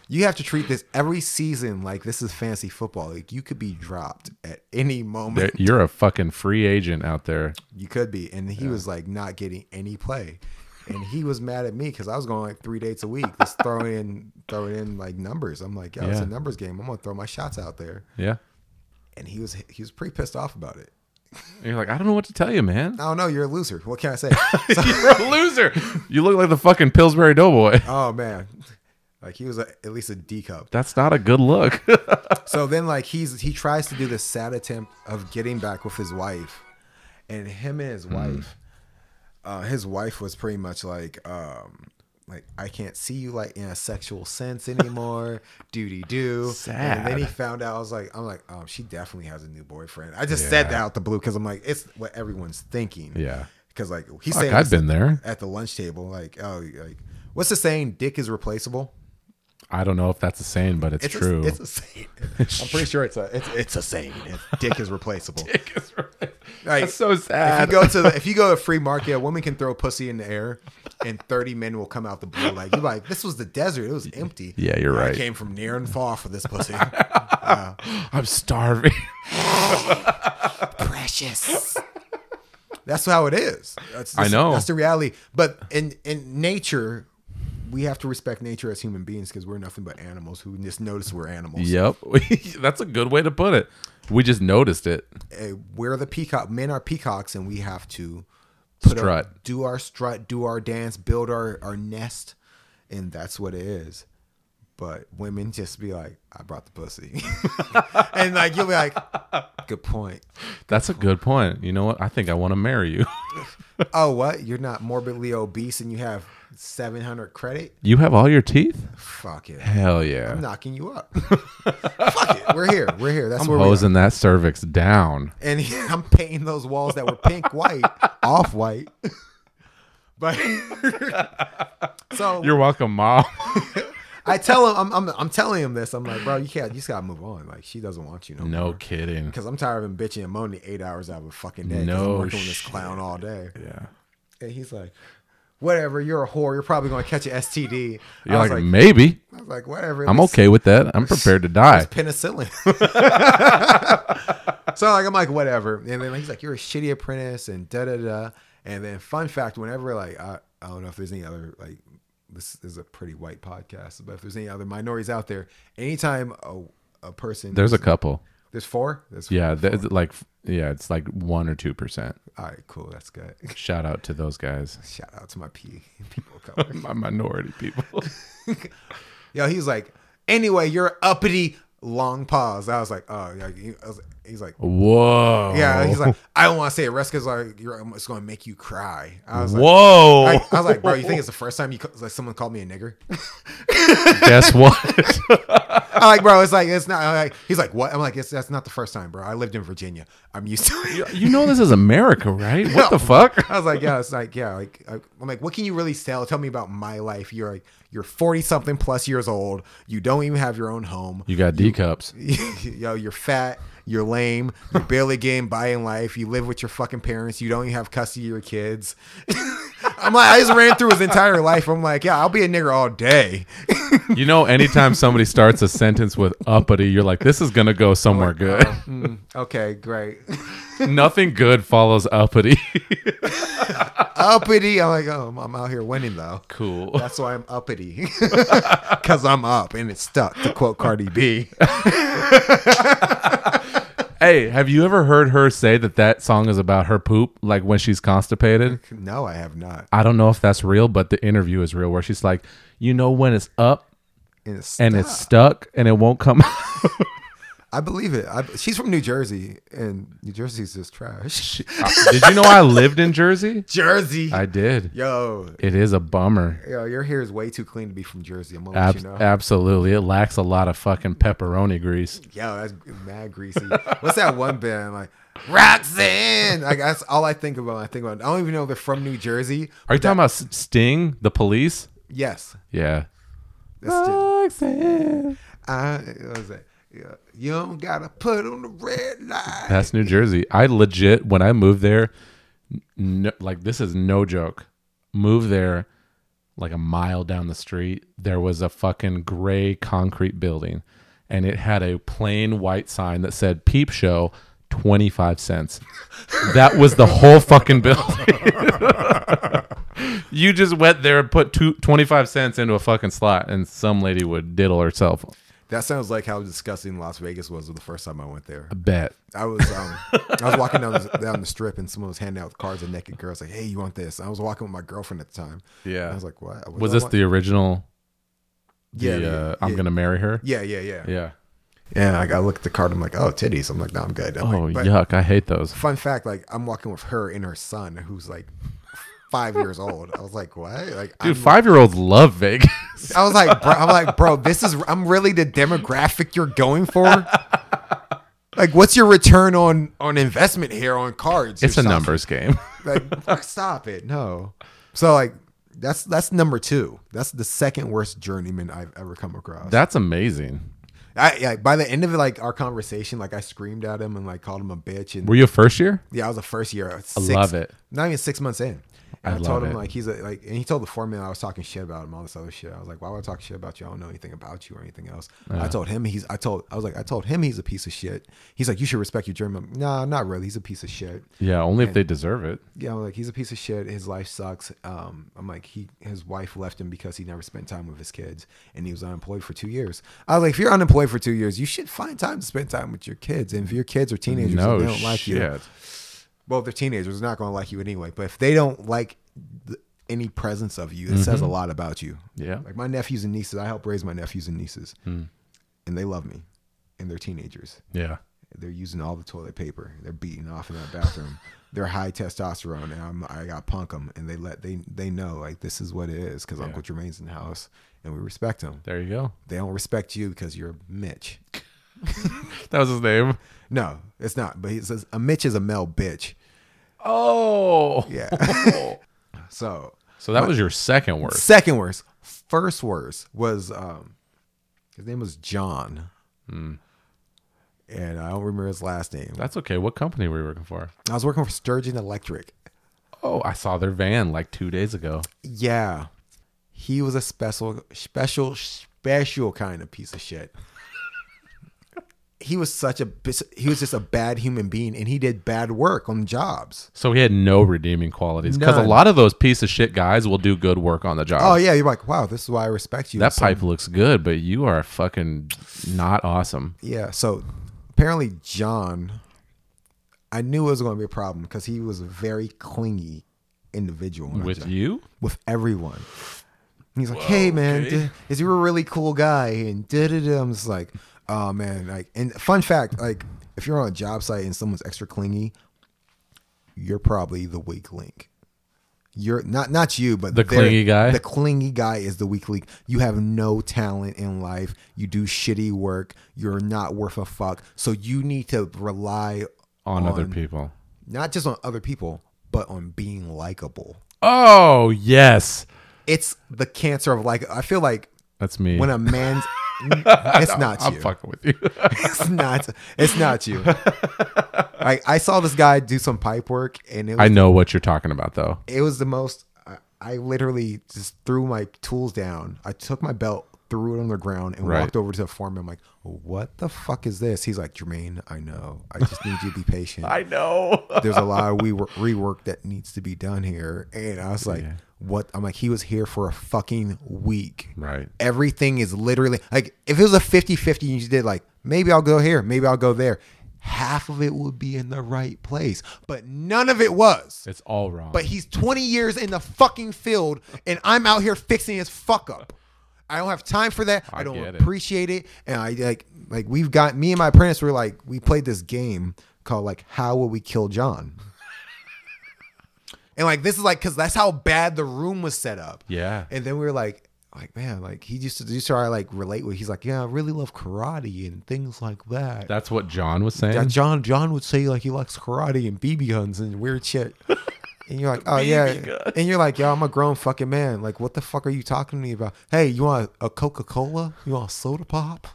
B: You have to treat this every season like this is fancy football. Like you could be dropped at any moment.
A: There- You're a fucking free agent out there.
B: You could be. And he was like not getting any play. And he was mad at me because I was going like three dates a week, just throwing in throwing in like numbers. I'm like, yo, it's a
A: Yeah.
B: numbers game. I'm gonna throw my shots out there.
A: Yeah.
B: And he was he was pretty pissed off about it.
A: And you're like, I don't know what to tell you, man.
B: I don't know, you're a loser. What can I say?
A: you're a loser. You look like the fucking Pillsbury Doughboy.
B: oh man. Like he was a, at least a D cup.
A: That's not a good look.
B: So then like he's he tries to do this sad attempt of getting back with his wife. And him and
A: Hmm.
B: his wife, uh, his wife was pretty much like um like I can't see you like in a sexual sense anymore. Duty do. And then
A: Sad.
B: he found out I was like I'm like, "Oh, um, she definitely has a new boyfriend. I just said that out the blue because I'm like, it's what everyone's thinking.
A: yeah.
B: because like he's
A: Fuck,
B: saying
A: I've
B: this
A: been there.
B: at the lunch table, like oh, like what's the saying? Dick is replaceable.
A: I don't know if that's a saying, but it's,
B: a-
A: true.
B: it's a saying. I'm pretty sure it's a it's, it's a saying. It's, dick is replaceable. Like,
A: that's so
B: If you
A: sad.
B: go to the, if you go to free market, a woman can throw pussy in the air, and thirty men will come out the blue. Like you like this was the desert; it was empty.
A: Yeah, you're
B: I
A: right.
B: came from near and far for this pussy.
A: I'm starving.
B: Precious. That's how it is. That's,
A: I
B: that's-
A: know.
B: That's the reality. But in in nature, we have to respect nature as human beings because we're nothing but animals who just notice we're animals.
A: yep. that's a good way to put it. We just noticed it.
B: uh, we're the peacock men are peacocks and we have to put our-
A: Strut.
B: do our strut do our dance build our, our nest and that's what it is but women just be like i brought the pussy and like you'll be like good point
A: That's a good point. You know what? I think I want to marry you.
B: oh what you're not morbidly obese and you have 700 credit
A: you have all your teeth?
B: fuck it
A: Hell yeah.
B: i'm knocking you up fuck it we're here we're here that's
A: I'm
B: where we are.
A: hosing that cervix down.
B: and i'm painting those walls that were pink white off white but so
A: You're welcome, mom.
B: I tell him, I'm, I'm, I'm telling him this. I'm like, bro, you can't, you just gotta move on. Like, she doesn't want you no,
A: no kidding.
B: Because I'm tired of him bitching and moaning eight hours out of a fucking day. 'cause
A: No
B: I'm working with this
A: shit.
B: clown all day.
A: Yeah.
B: And he's like, whatever, you're a whore. You're probably gonna catch an STD.
A: You're
B: I was
A: like,
B: like,
A: maybe.
B: I was like, whatever.
A: I'm
B: let's-
A: okay with that. I'm prepared to die.
B: penicillin. so like I'm like whatever, and then he's like you're a shitty apprentice and da da da. And then fun fact, whenever like I, I don't know if there's any other like this is a pretty white podcast, but if there's any other minorities out there, anytime a a person
A: There's a couple.
B: there's four there's four.
A: Yeah, th- like yeah, it's like one or two percent.
B: all right cool that's good
A: Shout out to those guys,
B: shout out to my P people of color
A: my minority people.
B: yo he's like anyway you're uppity long pause I was like oh yeah he- I was- he's like
A: Whoa.
B: Yeah, he's like, I don't want to say it. Rest because like you're, um, it's going to make you cry. I was like,
A: Whoa.
B: I, I was like, bro, you think it's the first time you ca- like someone called me a nigger?
A: Guess what?
B: I'm like, bro, it's like it's not. I'm like, he's like, what? I'm like, it's, that's not the first time, bro. I lived in Virginia. I'm used to it.
A: you know this is America, right? What the fuck?
B: I was like, yeah, it's like, yeah, like I- I'm like, what can you really sell? Tell me about my life. You're like, you're 40 something plus years old. You don't even have your own home.
A: You got D cups.
B: yo, you're fat, you're lame, you're barely getting by in life, you live with your fucking parents, you don't even have custody of your kids. I'm like, I just ran through his entire life. I'm like, yeah, I'll be a nigger all day.
A: You know, anytime somebody starts a sentence with uppity, you're like, this is gonna go somewhere good.
B: Mm, okay, great.
A: Nothing good follows uppity.
B: uppity. I'm like, oh, I'm out here winning though.
A: cool.
B: That's why I'm uppity. Cause I'm up and it's stuck, to quote Cardi B.
A: Hey, have you ever heard her say that that song is about her poop, like when she's constipated?
B: No, I have not.
A: I don't know if that's real, but the interview is real where she's like, you know, when it's up
B: And it's
A: and it's stuck and it won't come out.
B: I believe it. I, she's from New Jersey, and New Jersey's just trash.
A: did you know I lived in Jersey?
B: Jersey.
A: I did.
B: Yo,
A: It is a bummer.
B: Yo, your hair is way too clean to be from Jersey. I'm gonna
A: Ab-
B: let you know.
A: Absolutely. It lacks a lot of fucking pepperoni grease.
B: Yo, that's mad greasy. What's that one band? Like Roxanne. Like that's all I think about. when I think about. I don't even know if they're from New Jersey.
A: Are you talking about S- Sting, the police?
B: Yes.
A: Yeah.
B: That's it.
A: Roxanne.
B: I, what was that? Yeah. You don't gotta put on the red light.
A: That's New Jersey. I legit when I moved there, no, like this is no joke. Moved there, like a mile down the street, there was a fucking gray concrete building, and it had a plain white sign that said "Peep Show." 25 cents. That was the whole fucking building. you just went there and put two, 25 cents into a fucking slot, and some lady would diddle herself.
B: that sounds like how disgusting Las Vegas was the first time I went there.
A: Bet.
B: I was um, I was walking down the, down the strip and someone was handing out cards of naked girls like, "Hey, you want this?" I was walking with my girlfriend at the time.
A: Yeah.
B: I was like, "What?" What
A: Was
B: do I
A: this
B: want?"
A: the original?
B: Yeah,
A: the,
B: yeah,
A: uh, I'm
B: yeah.
A: gonna marry her.
B: Yeah, yeah, yeah.
A: Yeah.
B: And like I look at the card, I'm like, oh titties. I'm like, no, I'm good. I'm
A: Oh
B: like, but
A: yuck! I hate those.
B: Fun fact, like I'm walking with her and her son, who's like five years old. I was like, what? Like,
A: Dude,
B: I'm-
A: five year olds love Vegas.
B: I was like, bro, I'm like, bro, this is I'm really the demographic you're going for. like, what's your return on on investment here on cards?
A: it's
B: Your
A: a
B: son-
A: numbers game.
B: Like, stop it. No. So like that's that's number two. That's the second worst journeyman I've ever come across.
C: That's amazing.
B: I, yeah, by the end of it, like our conversation, like I screamed at him and like called him a bitch. And
A: Were you a first year?
B: yeah, I was a first year. Six,
A: love it.
B: Not even six months in. And
A: I
B: I,
A: love
B: told him
A: it.
B: like he's a, like, and he told the foreman I was talking shit about him, all this other shit. I was like, why would I talk shit about you? I don't know anything about you or anything else. I told him he's. I told I was like I told him he's a piece of shit. He's like you should respect your German. Nah, not really. He's a piece of shit.
C: Yeah, only if they deserve it.
B: Yeah, I'm like he's a piece of shit. His life sucks. Um, I'm like he his wife left him because he never spent time with his kids, and he was unemployed for two years. I was like, if you're unemployed for two years, you should find time to spend time with your kids. And if your kids are teenagers,
C: no
B: and they don't like
C: shit.
B: you. Well, they're teenagers, they're not going to like you anyway. But if they don't like the, any presence of you, it says a lot about you.
C: Yeah.
B: Like my nephews and nieces, I help raise my nephews and nieces, and they love me, and they're teenagers
A: Yeah.
B: they're using all the toilet paper. They're beating off in that bathroom. they're high testosterone, and I'm, I got punk them, and they let they they know like this is what it is because Uncle Jermaine's in the house, and we respect him.
A: There you go.
B: They don't respect you because you're a Mitch.
A: That was his name.
B: No, it's not. But he says a Mitch is a male bitch.
A: Oh.
B: Yeah. so
A: So that was your second word.
B: second worst, first worst was um, his name was John, and I don't remember his last name.
A: That's okay. What company were you working for?
B: I was working for Sturgeon Electric.
A: Oh, I saw their van like two days ago.
B: Yeah. He was a special, special, special kind of piece of shit. he was such a, bis- he was just a bad human being and he did bad work on jobs.
A: So he had no redeeming qualities because a
B: None.
A: lot of those piece of shit guys will do good work on the job.
B: Oh, yeah. You're like, wow, this is why I respect you.
A: that
B: So-
A: pipe looks good, but you are fucking not awesome.
B: Yeah. So apparently, John, I knew it was going to be a problem because he was a very clingy individual. when I
A: With
B: joined.
A: you?
B: with everyone. And he's like, "Hey man,
A: okay.
B: d- is you a really cool guy?" And did it. I'm just like, "Oh man!" Like, and fun fact, like, if you're on a job site and someone's extra clingy, you're probably the weak link. You're not not you, but
A: The
B: they're-
A: clingy guy?
B: The clingy guy is the weak link. You have no talent in life. You do shitty work. You're not worth a fuck. So you need to rely
A: On, other
B: On-
A: people.
B: not just on other people, but on being likable.
A: Oh, yes.
B: It's the cancer of like. I feel like
A: That's me.
B: when a man's it's not
A: I'm
B: you
A: fucking with you.
B: it's not it's not you like i saw this guy do some pipe work and it was,
A: I know what you're talking about, though.
B: it was the most I, I literally just threw my tools down i took my belt threw it on the ground and
A: Right.
B: walked over to the foreman i'm like what the fuck is this he's like jermaine i know i just need you to be patient
A: know.
B: there's a lot of we rework that needs to be done here and i was like what i'm like he was here for a fucking week
A: Right.
B: everything is literally like if it was a 50-50 you just did like maybe i'll go here maybe i'll go there half of it would be in the right place but none of it was
A: It's all wrong.
B: but he's 20 years in the fucking field and i'm out here fixing his fuck up i don't have time for that i, don't
A: get it.
B: appreciate it. and i like like we've got me and my apprentice were like we played this game called like how will we kill john and like this is like because that's how bad the room was set up
A: yeah.
B: and then we were like, like man, like he used to just try to like relate with. He's like, yeah, I really love karate and things like that.
A: That's what John was saying.
B: Yeah, John John would say like he likes karate and BB guns and weird shit. And you're like, oh yeah, and you're like, yo, I'm a grown fucking man. Like, what the fuck are you talking to me about? Hey, you want a Coca Cola? You want a soda pop?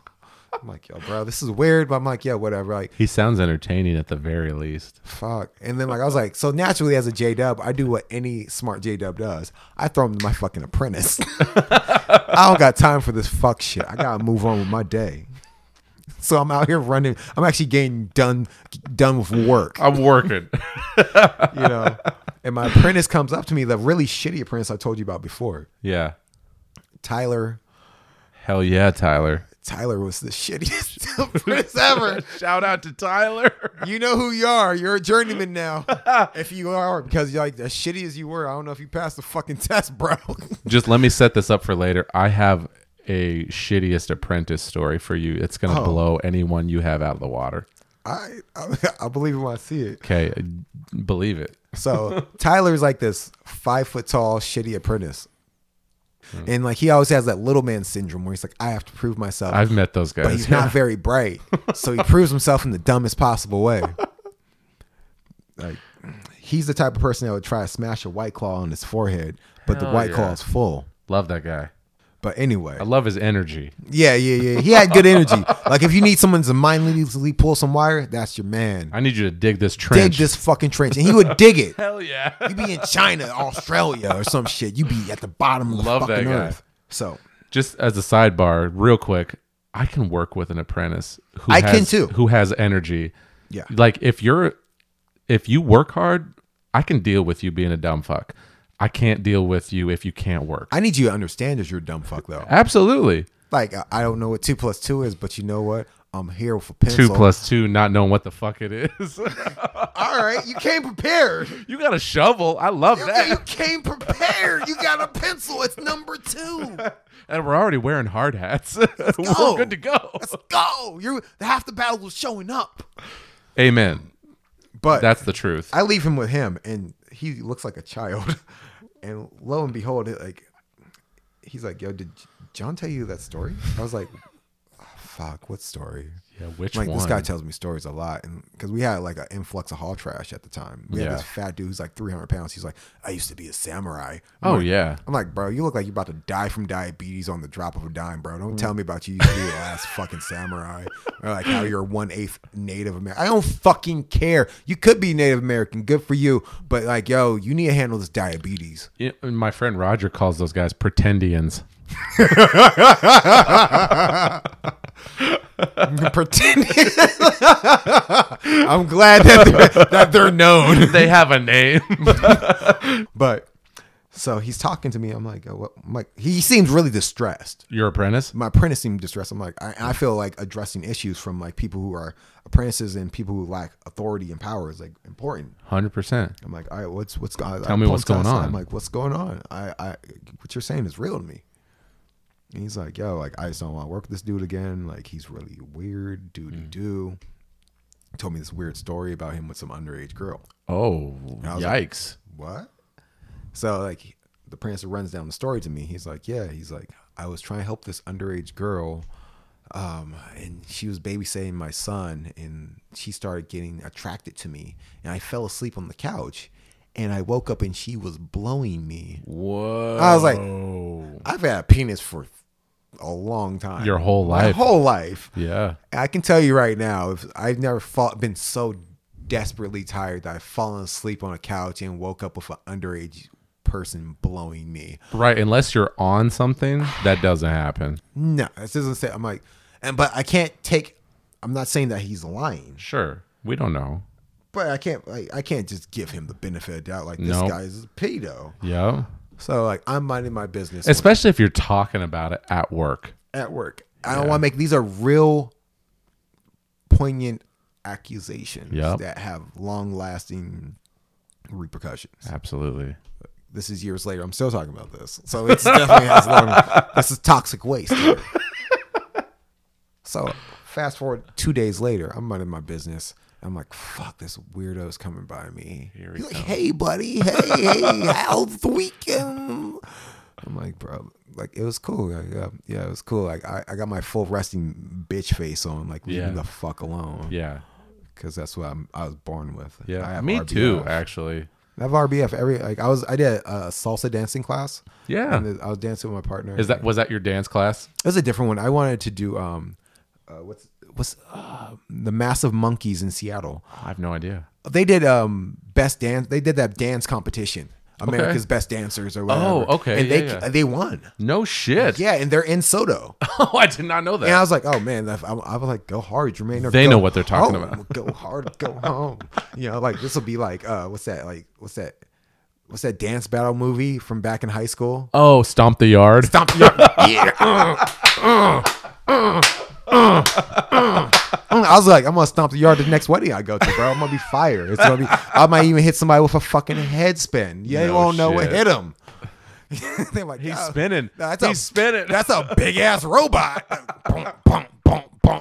B: I'm like, yo, bro, this is weird, but I'm like, yeah, whatever. Like,
A: he sounds entertaining at the very least.
B: fuck. And then like, I was like, so naturally, as a J Dub, I do what any smart J Dub does. I throw him to my fucking apprentice. I don't got time for this fuck shit. I gotta move on with my day. So I'm out here running. I'm actually getting done done with work,
A: I'm working.
B: you know. And my apprentice comes up to me, the really shitty apprentice I told you about before.
A: yeah.
B: Tyler.
A: Hell yeah, Tyler.
B: Tyler was the shittiest apprentice ever.
A: Shout out to Tyler.
B: You know who you are. You're a journeyman now. If you are, because you're like as shitty as you were, I don't know if you passed the fucking test, bro.
A: Just let me set this up for later. I have a shittiest apprentice story for you. It's going to blow anyone you have out of the water.
B: I, I I believe it when I see it.
A: Okay. Believe it.
B: So Tyler's like this five foot tall, shitty apprentice. And like he always has that little man syndrome where he's like, I have to prove myself.
A: I've met those guys.
B: but he's not very bright. So he proves himself in the dumbest possible way. Like he's the type of person that would try to smash a white claw on his forehead, but the
A: Hell
B: white
A: yeah.
B: claw is full.
A: Love that guy.
B: But anyway,
A: I love his energy.
B: yeah, yeah, yeah. He had good energy. like if you need someone to mindlessly pull some wire, that's your man.
A: I need you to dig this
B: dig
A: trench.
B: this fucking trench, and he would dig it.
A: Hell yeah.
B: You be in China, Australia, or some shit. You be at the bottom of the
A: Love that
B: fucking
A: guy.
B: earth. So
A: Just as a sidebar, real quick, I can work with an apprentice who
B: I
A: has,
B: can too.
A: who has energy.
B: Yeah.
A: Like if you're if you work hard, I can deal with you being a dumb fuck. I can't deal with you if you can't work.
B: I need you to understand that you're a dumb fuck though.
A: Absolutely.
B: Like I- I don't know what two plus two is, but you know what? I'm here for pencil.
A: two plus two, not knowing what the fuck it is.
B: All right, you came prepared.
A: you got a shovel. I love
B: Okay, you
A: that.
B: came prepared. You got a pencil. It's number two.
A: And we're already wearing hard hats.
B: go.
A: we're good to go.
B: Let's go. You half the battle was showing up.
A: Amen.
B: But
A: That's the truth.
B: I leave him with him, and he looks like a child. And lo and behold, it, like he's like, "Yo, did John tell you that story?" I was like, "Ah, "Fuck, what story?"
A: yeah, which
B: Like
A: one?
B: this guy tells me stories a lot, and because we had like an influx of hall trash at the time, we had
A: Yeah.
B: this fat dude who's like 300 pounds. He's like, "I used to be a samurai." I'm
A: oh
B: like,
A: yeah.
B: I'm like, bro, you look like you're about to die from diabetes on the drop of a dime, bro. Don't tell me about you used to be the last fucking samurai. Or like how you're one eighth Native American. I don't fucking care. You could be Native American. Good for you. But like, yo, you need to handle this diabetes.
A: Yeah, and my friend Roger calls those guys pretendians.
B: Pretend. I'm glad that they're, that they're known.
A: they have a name.
B: But so he's talking to me. I'm like, oh, what? I'm like, he seems really distressed.
A: Your apprentice?
B: my apprentice seemed distressed. I'm like, I, I feel like addressing issues from like people who are apprentices and people who lack authority and power is like important.
A: 100%.
B: I'm like, all right, what's what's going?
A: Tell me what's going on.
B: I'm like, what's going on? I, I, what you're saying is real to me. And he's like, yo, like I just don't want to work with this dude again. Like he's really weird, doo doo
A: Mm.
B: doo. Told me this weird story about him with some underage girl.
A: Oh,
B: was like-
A: yikes.
B: What? So like the prince runs down the story to me. He's like, yeah. He's like, I was trying to help this underage girl, um, and she was babysitting my son, and she started getting attracted to me, and I fell asleep on the couch, and I woke up and she was blowing me.
A: Whoa.
B: I was like, I've had a penis for a long time.
A: Your whole
B: My
A: life.
B: whole life.
A: yeah.
B: I can tell you right now, if I've never fought, been so desperately tired that I've fallen asleep on a couch and woke up with an underage person blowing me.
A: Right. Unless you're on something, that doesn't happen.
B: No, this doesn't say. I'm like, and but I can't take. I'm not saying that he's lying,
A: Sure. We don't know.
B: but I can't. Like, I can't just give him the benefit of the doubt. Like this
A: Nope.
B: guy is a pedo.
A: Yeah.
B: So like, I'm minding my business when-
A: Especially if you're talking about it at work.
B: at work. I don't want to make these are real poignant accusations
A: Yep.
B: that have long lasting repercussions.
A: Absolutely.
B: this is years later. I'm still talking about this. So it's definitely has long. This is toxic waste. so fast forward two days later, I'm running my business. I'm like, fuck, this weirdo's coming by me. He's like, hey, buddy. Hey, hey, how's the weekend? I'm like, bro, like it was cool. Like, yeah, yeah, it was cool. Like I, I got my full resting bitch face on. Like leave
A: Yeah.
B: me the fuck alone.
A: Yeah.
B: Because that's what I'm, I was born with. I
A: Yeah.
B: have
A: Me
B: RBF.
A: too, actually.
B: I have RBF every like I was I did a salsa dancing class.
A: Yeah.
B: And I was dancing with my partner.
A: Is that was that your dance class?
B: It was a different one. I wanted to do um, uh, what's what's uh, the massive monkeys in Seattle.
A: I have no idea.
B: They did um best dance. They did that dance competition, America's Best Dancers or whatever.
A: Oh, okay.
B: And
A: Yeah,
B: they
A: yeah.
B: they won.
A: No shit.
B: Yeah, and they're in Soto.
A: Oh, I did not know that.
B: And I was like, oh man, that- I, I was like, go hard, Jermaine. or
A: They
B: go
A: know what they're talking
B: home.
A: about.
B: Go hard, go home. You know, like this will be like uh, what's that? Like what's that? What's that dance battle movie from back in high school?
A: Oh, stomp the yard.
B: Stomp your yeah. uh, uh, uh, uh, uh. I was like, I'm gonna stomp the yard the next wedding I go to, bro. I'm gonna be fired. It's gonna be. I might even hit somebody with a fucking head spin. You
A: No
B: won't know what
A: shit.
B: hit him. They're like,
A: He's
B: "Oh,
A: spinning.
B: no, that's a-
A: He's spinning.
B: That's a big ass robot. Boom, boom, boom, boom.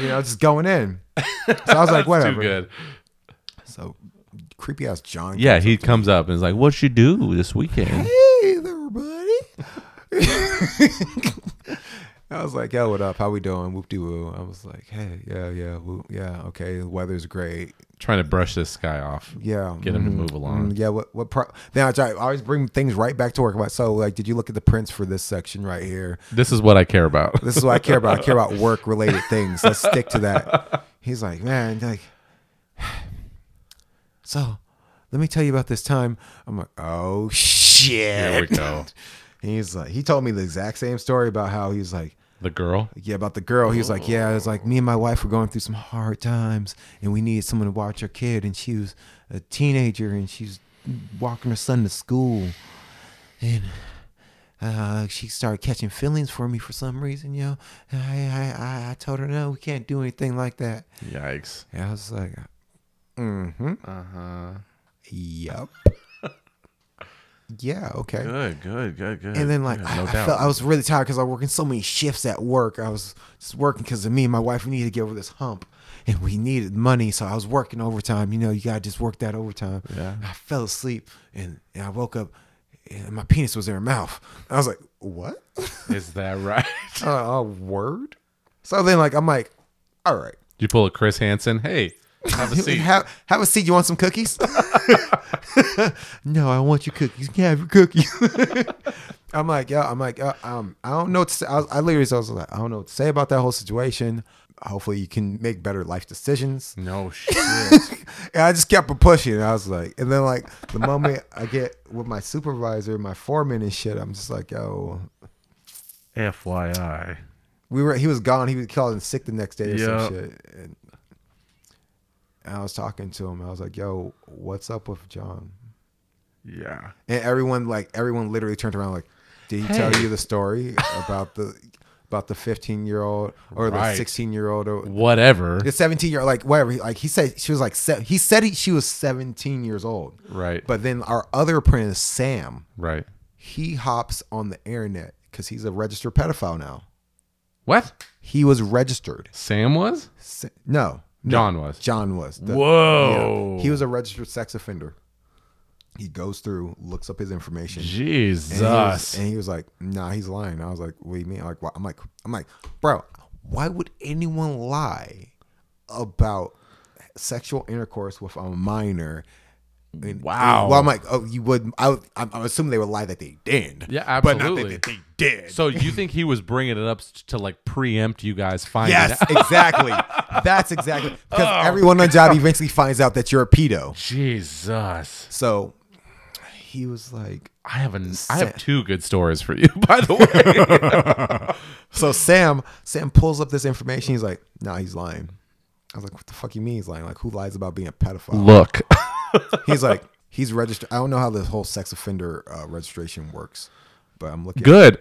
B: You know, just going in. So I was like, whatever.
A: too good.
B: So creepy ass John.
A: Yeah, he comes up and is like, "What you do this weekend?"
B: Hey there, buddy. I was like, "Yo, what up? How we doing? Whoop de woo." I was like, "Hey, yeah, yeah, whoop, yeah, okay. The weather's great.
A: Trying to brush this guy off.
B: Yeah,
A: Get him to move along.
B: Mm, yeah, what what pro- then I try I always bring things right back to work. About so like, did you look at the prints for this section right here?
A: This is what I care about.
B: This is what I care about. I care about work related things. Let's stick to that. He's like, man, like, so let me tell you about this time. I'm like, oh shit.
A: Here we go.
B: He's like, he told me the exact same story about how he's like,
A: The girl.
B: yeah, about the girl. He was like, yeah, it was like me and my wife were going through some hard times, and we needed someone to watch our kid, and she was a teenager, and she was walking her son to school, and uh, she started catching feelings for me for some reason, yo. And I, I, I, I told her no, we can't do anything like that.
A: Yikes.
B: And I was like, uh, mm-hmm,
A: Uh huh.
B: yep, yeah, okay.
A: Good. Good. Good. Good.
B: And then like
A: Yeah,
B: I,
A: no
B: I
A: doubt.
B: felt I was really tired because I was working so many shifts at work. I was just working because of me and my wife. We needed to get over this hump, and we needed money, so I was working overtime. You know, you gotta just work that overtime.
A: Yeah.
B: I fell asleep and, and I woke up, and my penis was in her mouth. I was like, "What?
A: is that right?
B: A word?" So then like I'm like, "All right,
A: you pull a Chris Hansen. Hey, have a seat.
B: have, have a seat. You want some cookies? no, I want your cookies. Yeah, have your cookies. I'm like, yeah, I'm like, uh, um, I don't know. What to say. I, was- I literally was like, I don't know what to say about that whole situation. Hopefully, you can make better life decisions.
A: No shit.
B: And I just kept pushing. I was like, and then like the moment I get with my supervisor, my foreman and shit, I'm just like, yo,
A: FYI.
B: we were he was gone. He was called in sick the next day or
A: Yeah.
B: some shit. And, and I was talking to him. I was like, "Yo, what's up with John?"
A: Yeah.
B: And everyone like everyone literally turned around like, "Did he tell you the story about the about the 15 year old or the
A: Right.
B: 16 year old or
A: Whatever.
B: the 17 year old like whatever?" Like he said she was like se- he said he, she was 17 years old.
A: Right.
B: But then our other apprentice Sam,
A: Right.
B: he hops on the internet because he's a registered pedophile now.
A: What?
B: He was registered.
A: Sam was?
B: Sa- No, no.
A: John was.
B: John was. The-
A: Whoa.
B: yeah. He was a registered sex offender. He goes through, looks up his information. and
A: Jesus.
B: he, was, and he was like, "Nah, he's lying." I was like, "What do you mean?" Like, why? I'm like, I'm like, bro, why would anyone lie about sexual intercourse with a minor? And-
A: Wow.
B: and- well, I'm like, oh, you would. I, would, I'm, I'm assuming they would lie that they did.
A: Yeah,
B: But not
A: absolutely.
B: that they, they did.
A: so you think he was bringing it up s- to like preempt you guys finding
B: yes,
A: out?
B: exactly. That's exactly because
A: Oh,
B: everyone on job eventually finds out that you're a pedo.
A: Jesus.
B: So he was like,
A: I have an, I have
B: Sam.
A: two good stories for you, by the way.
B: so Sam, Sam pulls up this information. He's like, nah, he's lying. I was like, what the fuck you mean he's lying? Like, who lies about being a pedophile?
A: Look.
B: He's like, he's registered. I don't know how this whole sex offender uh, registration works, but I'm looking.
A: Good.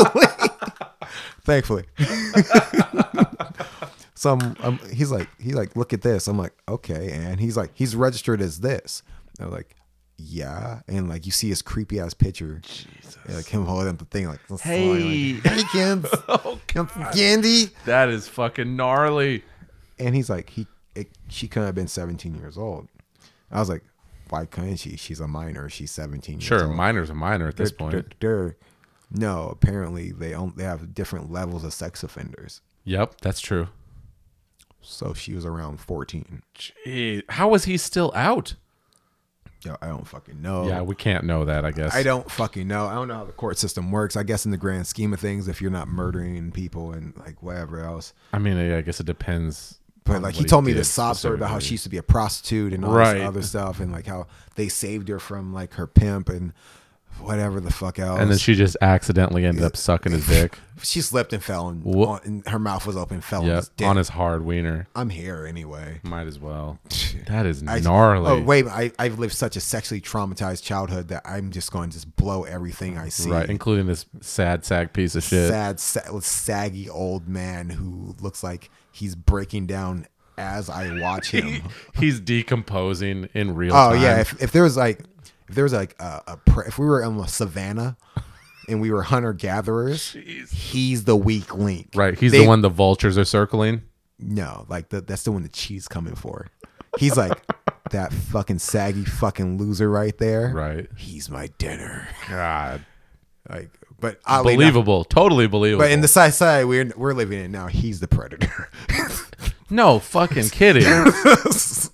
B: Thankfully, thankfully. so I'm, I'm- he's like, he's like, look at this. I'm like, okay. And he's like, he's registered as this. And I'm like, yeah. And like, you see his creepy ass picture. And, like him holding up the thing, like,
A: Hey.
B: like, hey kids, Come for candy.
A: that is fucking gnarly.
B: And he's like, he, it, she couldn't have been 17 years old. I was like, why couldn't she? She's a minor. She's 17 years
A: Sure,
B: old.
A: minor's a minor at this
B: They're-
A: point.
B: they're- no, apparently they on, they have different levels of sex offenders.
A: Yep, that's true.
B: So she was around 14.
A: Jeez. How is he still out?
B: Yo, I don't fucking know.
A: Yeah, we can't know that, I guess.
B: Oh. I don't fucking know. I don't know how the court system works. I guess in the grand scheme of things, if you're not murdering people and like whatever else.
A: I mean, I I guess it depends.
B: But
A: on
B: like
A: what
B: he told me
A: did
B: the sob story about how
A: specifically.
B: she used to be a prostitute and all
A: Right.
B: this other stuff, and like how they saved her from like her pimp and whatever the fuck else.
A: And then she just accidentally ended up sucking his dick.
B: she slipped and fell, and,
A: Wha-
B: on, and her mouth was open, fell on
A: yep,
B: his dick.
A: on his hard wiener.
B: I'm here anyway.
A: Might as well. That is
B: I-
A: gnarly.
B: Oh wait, I, I've lived such a sexually traumatized childhood that I'm just going to just blow everything I see.
A: Right, including this sad sag piece of shit.
B: Sad, sa- saggy old man who looks like he's breaking down as I watch him.
A: He's decomposing in real
B: oh
A: time.
B: yeah, if, if there was like, if there was like a, a pra- if we were in a savannah and we were hunter gatherers, he's the weak link.
A: right, he's
B: They-
A: the one the vultures are circling.
B: No, like the, that's the one the cheese coming for. He's like that fucking saggy fucking loser right there.
A: Right.
B: He's my dinner.
A: God.
B: Like But oddly enough-
A: Believable. Totally believable.
B: but in the side side we're we're living in now, he's the predator.
A: No fucking kidding.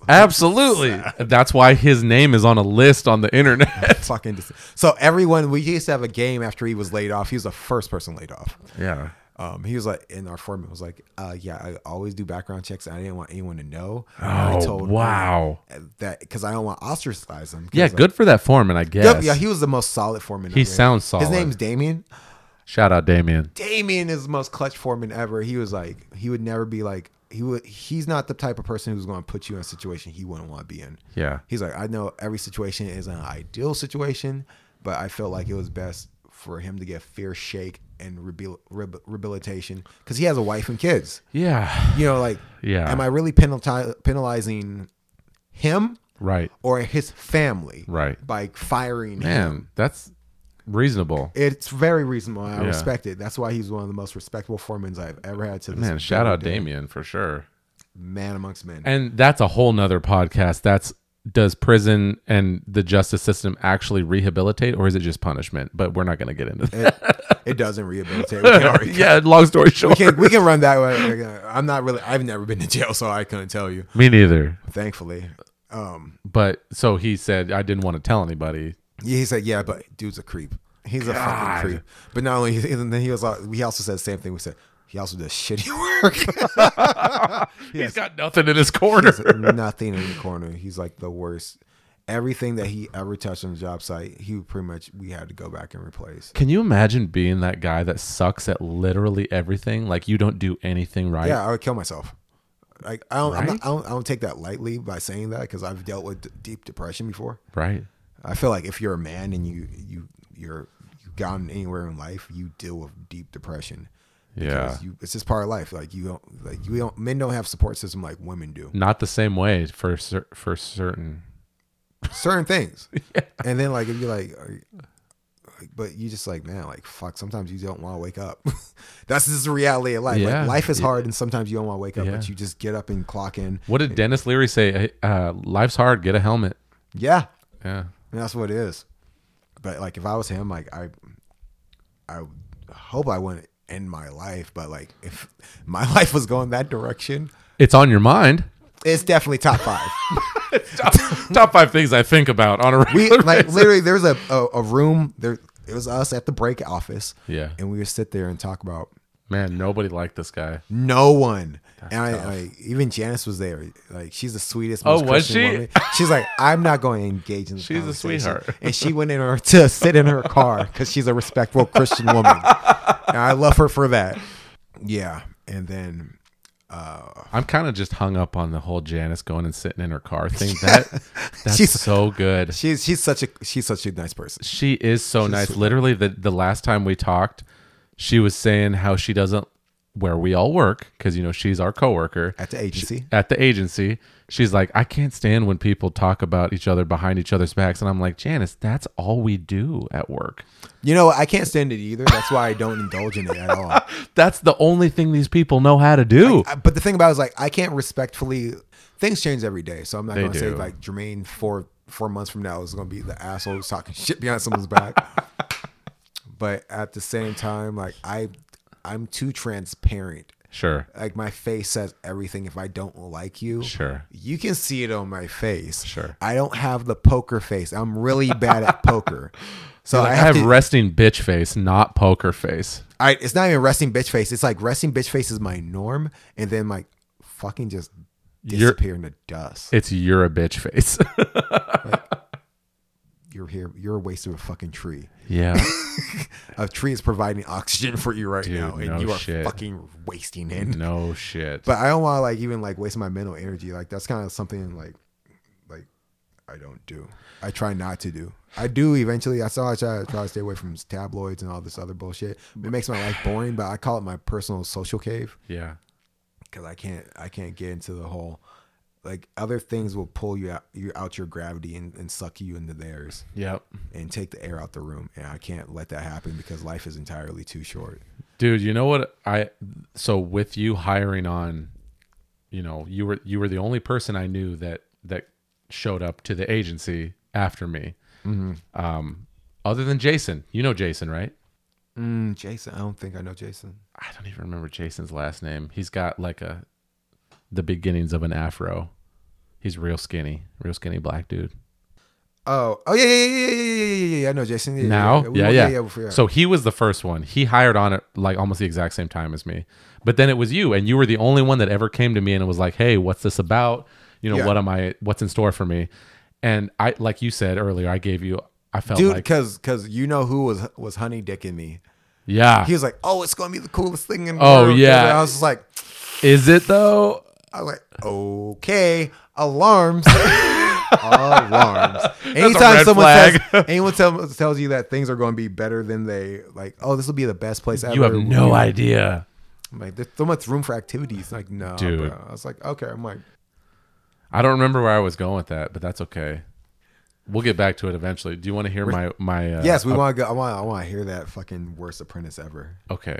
A: Absolutely. That's why his name is on a list on the internet.
B: Fucking dis- so everyone we used to have a game after he was laid off. He was the first person laid off.
A: Yeah.
B: Um, he was like, and our foreman was like, uh, "Yeah, I always do background checks. And I didn't want anyone to know." And I
A: Oh,
B: told
A: wow.
B: that because I don't want to ostracize him. 'Cause,
A: Yeah,
B: like,
A: good for that foreman, I guess.
B: Yep, yeah, he was the most solid foreman.
A: He
B: ever.
A: sounds solid.
B: His name's Damien.
A: Shout out Damien.
B: Damien is the most clutch foreman ever. He was like, he would never be like, he would. He's not the type of person who's going to put you in a situation he wouldn't want to be in.
A: Yeah.
B: He's like, I know every situation is an ideal situation, but I felt like it was best for him to get fear shake and rehabil- rehab- rehabilitation because he has a wife and kids.
A: Yeah.
B: You know, like,
A: Yeah.
B: am I really penalti- penalizing him
A: Right.
B: or his family?
A: Right.
B: By firing him.
A: Man, that's reasonable.
B: It's very reasonable. and I
A: Yeah.
B: respect it. That's why he's one of the most respectable foremans I've ever had to this
A: Man, shout
B: very
A: out
B: day.
A: Damien for sure.
B: Man amongst men.
A: And that's a whole nother podcast. That's does prison and the justice system actually rehabilitate or is it just punishment? But we're not gonna get into that.
B: it, it doesn't rehabilitate. We can, already,
A: yeah, long story short.
B: we can, we can run that way. I'm not really, I've never been to jail, so I couldn't tell you,
A: Me neither.
B: thankfully. Um,
A: But so he said I didn't want to tell anybody.
B: yeah, he said, yeah, but dude's a creep. He's a fucking creep. But not only, and then he was like, we also said the same thing. We said, he also does shitty work.
A: He's got nothing in his corner.
B: nothing in the corner. He's like the worst. Everything that he ever touched on the job site, he pretty much, we had to go back and replace.
A: Can you imagine being that guy that sucks at literally everything? Like you don't do anything right.
B: Yeah, I would kill myself. Like I don't, I'm
A: Right?
B: not, I don't, I don't take that lightly by saying that because I've dealt with d- deep depression before.
A: Right.
B: I feel like if you're a man and you you you're you've gotten anywhere in life, you deal with deep depression.
A: Yeah.
B: Because you, it's just part of life. Like you don't, like you don't. Men don't have support system like women do.
A: Not the same way for cer- for certain.
B: Certain things, and then like if you're like. are- like, But you just like man, like fuck. Sometimes you don't want to wake up. That's just the reality of life.
A: Yeah.
B: Like life is
A: Yeah.
B: hard, and sometimes you don't want to wake up,
A: Yeah.
B: but you just get up and clock in.
A: What did Dennis Leary say? Uh, life's hard. Get a helmet.
B: Yeah,
A: Yeah.
B: And that's what it is. But like if I was him, like I I hope I wouldn't end my life, but like if my life was going that direction,
A: It's on your mind.
B: it's definitely top five.
A: Top, top five things I think about on a
B: We
A: regular
B: like
A: basis.
B: literally there's a, a, a room there it was us at the break office.
A: Yeah.
B: And we would sit there and talk about
A: Man, nobody liked this guy.
B: no one. and I, like even Janice was there. Like she's the sweetest.
A: Oh,
B: most
A: was
B: Christian
A: she?
B: woman. She's like, I'm not going to engage in. This
A: She's a
B: conversation."
A: sweetheart.
B: And she went in her to sit in her car because she's a respectful Christian woman. and I love her for that. Yeah. And then
A: I'm kind of just hung up on the whole Janice going and sitting in her car thing. That that's
B: She's-
A: so good.
B: she's she's such a she's such a nice person.
A: She is so nice. Literally, the the last time we talked, she was saying how she doesn't where we all work because you know she's our coworker
B: At the agency.
A: She- at the agency. She's like, I can't stand when people talk about each other behind each other's backs, and I'm like, Janice, that's all we do at work.
B: You know, I can't stand it either. That's why I don't indulge in it at all.
A: That's the only thing these people know how to do.
B: I- but the thing about it is like I can't respectfully. Things change every day, so I'm not
A: They
B: going to say
A: do.
B: like Jermaine four four months from now is going to be the asshole who's talking shit behind someone's back. but at the same time, like I, I'm too transparent.
A: sure,
B: Like my face says everything. If I don't like you,
A: Sure.
B: you can see it on my face.
A: Sure.
B: I don't have the poker face. I'm really bad at poker, so
A: I
B: I
A: have
B: have. to,
A: resting bitch face, not poker face.
B: I, it's not even resting bitch face. It's like resting bitch face is my norm, and then like fucking just
A: You're-
B: disappear into dust.
A: It's you're a bitch face.
B: You're here. You're a waste of a fucking tree.
A: yeah,
B: A tree is providing oxygen for you right now, and
A: no
B: you are
A: shit.
B: fucking wasting it.
A: no shit.
B: But I don't want to like even like waste my mental energy. Like that's kind of something like like I don't do. I try not to do. I do eventually. I saw I try, I try to stay away from tabloids and all this other bullshit. It makes my life boring, but I call it my personal social cave.
A: yeah,
B: because I can't I can't get into the whole like other things will pull you out you out your gravity and, and suck you into theirs
A: yep.
B: and take the air out the room and I can't let that happen because life is entirely too short.
A: dude you know what i so with you hiring on you know you were you were the only person i knew that that showed up to the Mm-hmm. agency after me um other than jason you know jason right
B: Mm, Jason. I don't think I know Jason.
A: I don't even remember Jason's last name. He's got like a the beginnings of an afro. He's real skinny, real skinny black dude.
B: Oh, oh yeah, yeah, yeah, yeah, yeah, yeah, yeah, yeah. I know Jason. Yeah, yeah,
A: Now,
B: we-
A: yeah, yeah.
B: yeah, before, yeah.
A: So he was the first one. He hired on at like almost the exact same time as me. But then it was you, and you were the only one that ever came to me and was like, "Hey, what's this about? You know,
B: Yeah.
A: what am I? What's in store for me?" And I, like you said earlier, I gave you. I felt
B: dude,
A: like,
B: because because you know who was was honey dicking me.
A: yeah,
B: He was like, "Oh, it's gonna be the coolest thing in the
A: Oh,
B: world." And
A: yeah.
B: I was just like,
A: is it though?
B: I was like, "Okay, alarms." alarms. Anytime
A: red
B: someone
A: flag.
B: says, anyone tell, tells you that things are going to be better than they like, oh, this will be the best place ever.
A: You have no idea.
B: I'm like, there's so much room for activities. Like, no,
A: Dude. Uh,
B: bro. I was like, okay. I'm like,
A: I don't remember where I was going with that, but that's okay. We'll get back to it eventually. Do you want to hear my my? Uh,
B: yes, we want to go. I want. I want to hear that fucking worst apprentice ever.
A: Okay.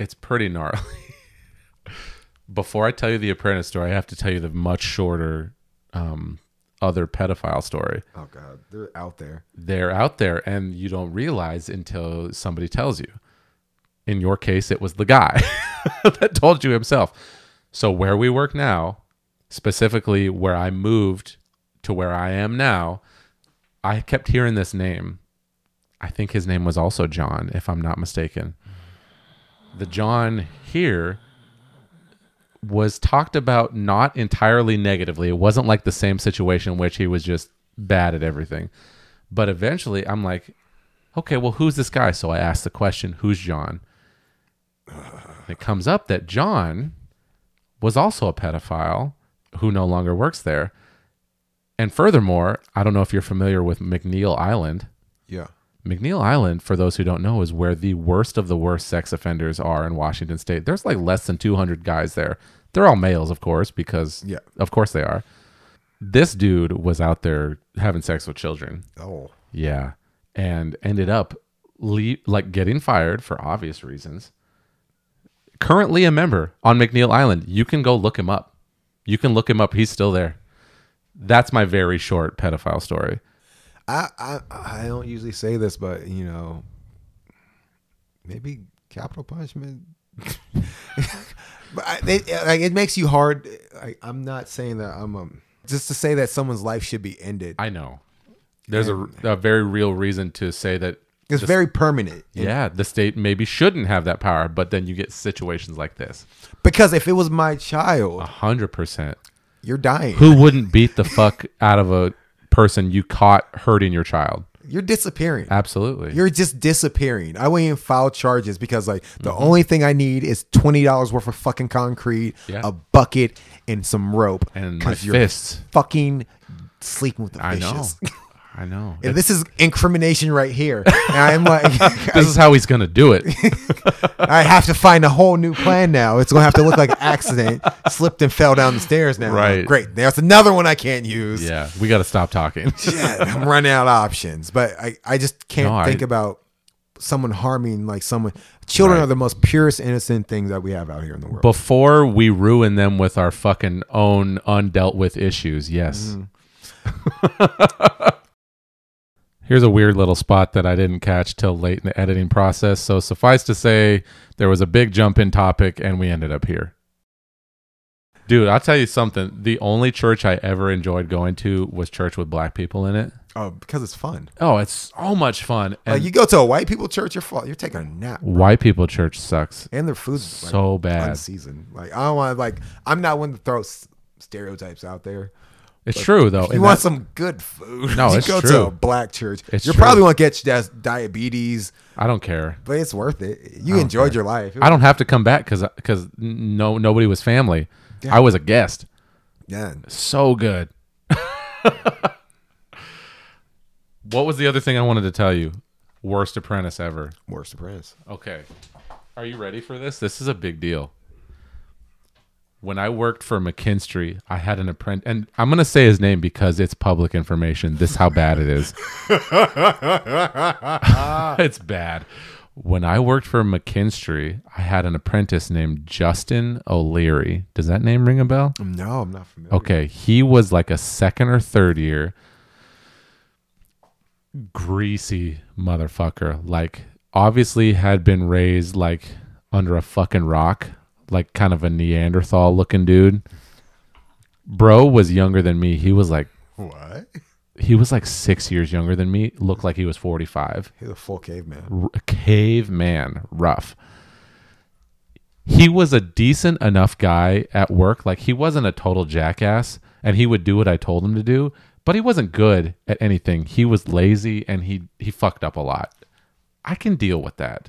A: It's pretty gnarly. Before I tell you the apprentice story, I have to tell you the much shorter um, other pedophile story.
B: Oh god, they're out there.
A: They're out there and you don't realize until somebody tells you. In your case, it was the guy that told you himself. So, where we work now, specifically where I moved to where I am now, I kept hearing this name. I think his name was also John, if I'm not mistaken. The John here was talked about not entirely negatively. It wasn't like the same situation in which he was just bad at everything. But eventually I'm like, okay, well, who's this guy? So I asked the question, who's John? And it comes up that John was also a pedophile who no longer works there. And furthermore, I don't know if you're familiar with McNeil Island.
B: Yeah.
A: McNeil Island, for those who don't know, is where the worst of the worst sex offenders are in Washington state. There's like less than 200 guys there. They're all males, of course, because
B: Yeah.
A: of course they are. This dude was out there having sex with children.
B: Oh.
A: Yeah. And ended up le- like getting fired for obvious reasons. Currently a member on McNeil Island. You can go look him up. You can look him up. He's still there. That's my very short pedophile story.
B: I, I I don't usually say this, but you know, maybe capital punishment. but I, it, like, it makes you hard. Like, I'm not saying that I'm um just to say that someone's life should be ended.
A: I know. There's a, a very real reason to say that,
B: It's very permanent.
A: yeah, the state maybe shouldn't have that power, but then you get situations like this.
B: Because if it was my child,
A: 100%.
B: you're dying.
A: Who wouldn't beat the fuck out of a person you caught hurting your child?
B: You're disappearing.
A: Absolutely.
B: You're just disappearing. I wouldn't even file charges because like the
A: Mm-hmm.
B: only thing I need is twenty dollars worth of fucking concrete,
A: Yeah.
B: a bucket, and some rope.
A: and my
B: 'cause you're
A: fists.
B: fucking sleeping with the
A: I
B: fishes.
A: know. I know.
B: And this is incrimination right here. And I'm like,
A: this is how he's gonna do it.
B: I have to find a whole new plan now. It's gonna have to look like an accident. Slipped and fell down the stairs now.
A: Right.
B: Great. There's another one I can't use.
A: yeah, we gotta stop talking.
B: Yeah, I'm running out of options. But I, I just can't
A: No, I-
B: think about someone harming like someone. Children
A: Right.
B: are the most purest, innocent things that we have out here in the world.
A: Before we ruin them with our fucking own undealt with issues,
B: Mm-hmm.
A: yes. Here's a weird little spot that I didn't catch till late in the editing process. So suffice to say, there was a big jump in topic and we ended up here. Dude, I'll tell you something. The only church I ever enjoyed going to was church with black people in it.
B: oh, because it's fun.
A: Oh, it's so much fun. And
B: Like you go to a white people church, you're fall, you're taking a nap.
A: white people church sucks
B: And their food's like,
A: so bad.
B: unseasoned. Like I don't want to like I'm not one to throw s- stereotypes out there.
A: It's true though.
B: You
A: and
B: want
A: that-
B: some good food.
A: No,
B: you
A: it's
B: go
A: true.
B: to a black church.
A: It's
B: You're
A: true.
B: probably gonna get you that diabetes,
A: I don't care.
B: but it's worth it. You enjoyed your life.
A: Oh, I don't have to come back because because no nobody was family. I was a guest.
B: yeah.
A: So good. what was the other thing I wanted to tell you? Worst apprentice ever.
B: Worst apprentice.
A: Okay. Are you ready for this? This is a big deal. When I worked for McKinstry, I had an apprentice, and I'm going to say his name because it's public information. This is how bad it is. it's bad. When I worked for McKinstry, I had an apprentice named Justin O'Leary. Does that name ring a bell?
B: No, I'm not familiar.
A: Okay, he was like a second or third year greasy motherfucker. Like obviously had been raised like under a fucking rock, like kind of a Neanderthal looking dude. Bro was younger than me. He was like
B: What?
A: Oh. he was like six years younger than me. Looked like he was forty five.
B: He's a full caveman.
A: r- caveman rough. He was a decent enough guy at work. Like he wasn't a total jackass and he would do what I told him to do, but he wasn't good at anything. He was lazy and he he fucked up a lot. I can deal with that.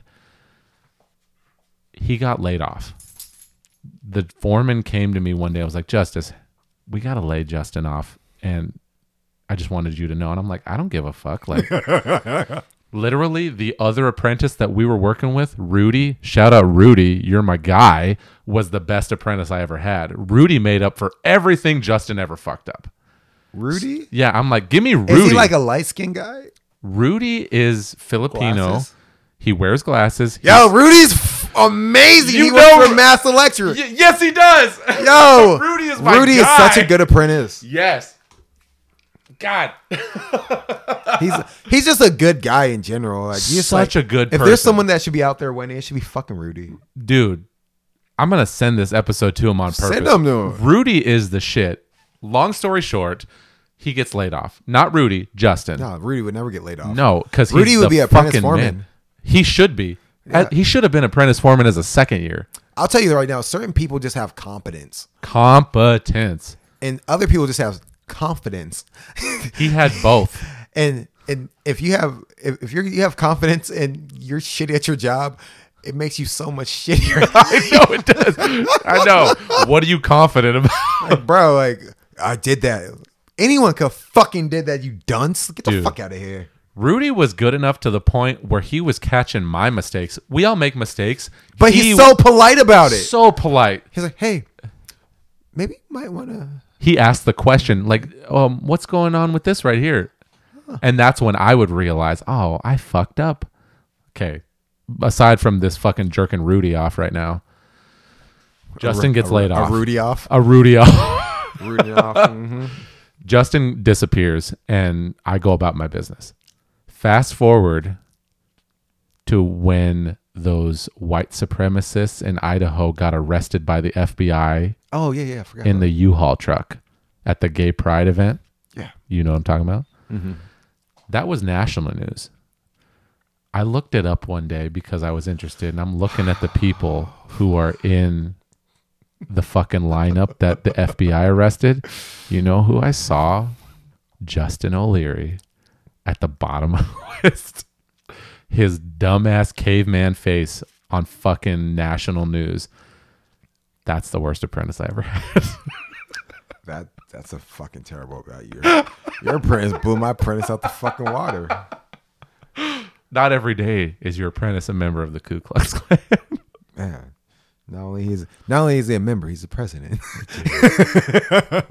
A: He got laid off. The foreman came to me one day. I was like, "Justice, we got to lay Justin off." And I just wanted you to know. And I'm like, "I don't give a fuck." Like literally the other apprentice that we were working with, Rudy, shout out Rudy, you're my guy, was the best apprentice I ever had. Rudy made up for everything Justin ever fucked up.
B: Rudy?
A: Yeah, I'm like, give me Rudy.
B: Is he like a light skinned guy?
A: Rudy is Filipino.
B: Glasses?
A: He wears glasses.
B: Yo, Rudy's f- amazing.
A: You
B: he went
A: know-
B: for master lecturer.
A: Y- yes, he does.
B: Yo,
A: Rudy is my
B: Rudy
A: guy.
B: is such a good apprentice.
A: yes. God.
B: He's he's just a good guy in general. Like you
A: Such a good
B: If
A: person.
B: there's someone that should be out there winning, it should be fucking Rudy.
A: Dude, I'm going to send this episode to him on purpose.
B: Send him to him.
A: Rudy is the shit. Long story short, he gets laid off. Not Rudy, Justin.
B: No, Rudy would never get laid off.
A: No, because
B: Rudy would be apprentice
A: fucking
B: foreman.
A: man. He should be. Uh, He should have been apprentice foreman as a second year.
B: I'll tell you right now, certain people just have competence,
A: Competence.
B: and other people just have confidence.
A: He had both.
B: and and if you have if, if you're you have confidence and you're shitty at your job, it makes you so much shittier,
A: I know it does. I know. What are you confident about?
B: Like, bro. Like I did that. Anyone could fucking did that. You dunce. Get the fuck out of here.
A: Rudy was good enough to the point where he was catching my mistakes. We all make mistakes,
B: But
A: He
B: he's so polite about it.
A: so polite.
B: He's like, hey, maybe you might want to.
A: he asked the question like um what's going on with this right here and that's when i would realize oh i fucked up okay aside from this fucking jerking rudy off right now justin gets laid off
B: A Rudy off.
A: a rudy off
B: Rudy off. mhm.
A: justin disappears and i go about my business fast forward to when those white supremacists in idaho got arrested by the fbi
B: Oh yeah, yeah. I forgot.
A: in the U-Haul truck at the Gay Pride event.
B: Yeah.
A: You know what I'm talking about? That was national news. I looked it up one day because I was interested and I'm looking at the people who are in the fucking lineup that the FBI arrested. You know who I saw? Justin O'Leary at the bottom of the list. His dumbass caveman face on fucking national news. That's the worst apprentice I ever had.
B: that that's a fucking terrible about Your, your apprentice blew my apprentice out the fucking water.
A: not every day is your apprentice a member of the Ku Klux Klan.
B: Man, not only he's not only is he a member, he's the president.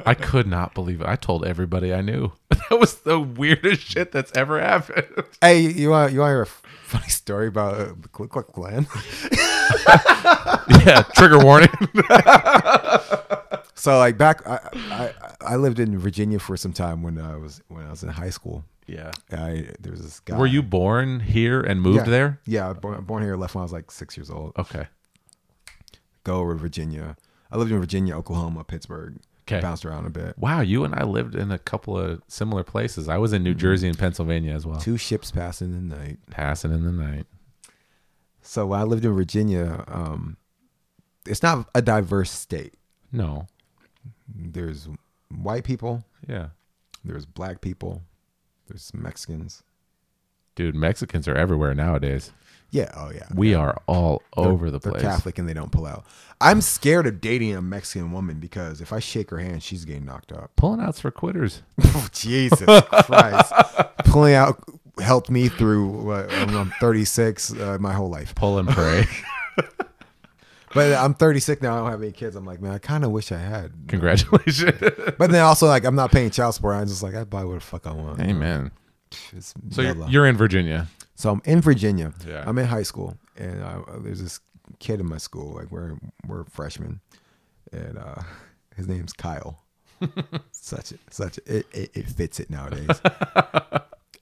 A: I could not believe it. I told everybody I knew. That was the weirdest shit that's ever happened.
B: hey, you want you want to hear a funny story about uh, the Ku Klux Klan?
A: yeah, trigger warning.
B: so like back, I, I I lived in Virginia for some time when uh, I was when I was in high school.
A: yeah.
B: I, there was this guy.
A: Were you born here and moved
B: Yeah.
A: there?
B: Yeah, born, born here, left when I was like six years old.
A: Okay.
B: go over to Virginia. I lived in Virginia, Oklahoma, Pittsburgh.
A: 'Kay.
B: Bounced around a bit.
A: Wow, you and I lived in a couple of similar places. I was in New Jersey and Pennsylvania as well.
B: Two ships passing the night.
A: Passing in the night.
B: So when I lived in Virginia, um, it's not a diverse state.
A: No.
B: There's white people,
A: Yeah.
B: there's black people, there's Mexicans.
A: Dude, Mexicans are everywhere nowadays.
B: Yeah, oh yeah.
A: We are all over the
B: They're
A: place.
B: Catholic and they don't pull out. I'm scared of dating a Mexican woman because if I shake her hand, she's getting knocked up.
A: Pulling outs for quitters.
B: Jesus Christ. Pulling out helped me through what, when I'm 36, uh, my whole life.
A: Pull and pray.
B: But I'm 36 now. I don't have any kids. I'm like, man, I kind of wish I had.
A: Congratulations.
B: But then also, like, I'm not paying child support. I'm just like, I buy what the fuck I want.
A: Amen.
B: It's
A: So
B: mellow.
A: you're, you're in Virginia.
B: so I'm in Virginia.
A: Yeah.
B: I'm in high school, and I, there's this kid in my school. Like, we're we're freshmen, and uh, his name's Kyle. such a, such a, it, it it fits it nowadays.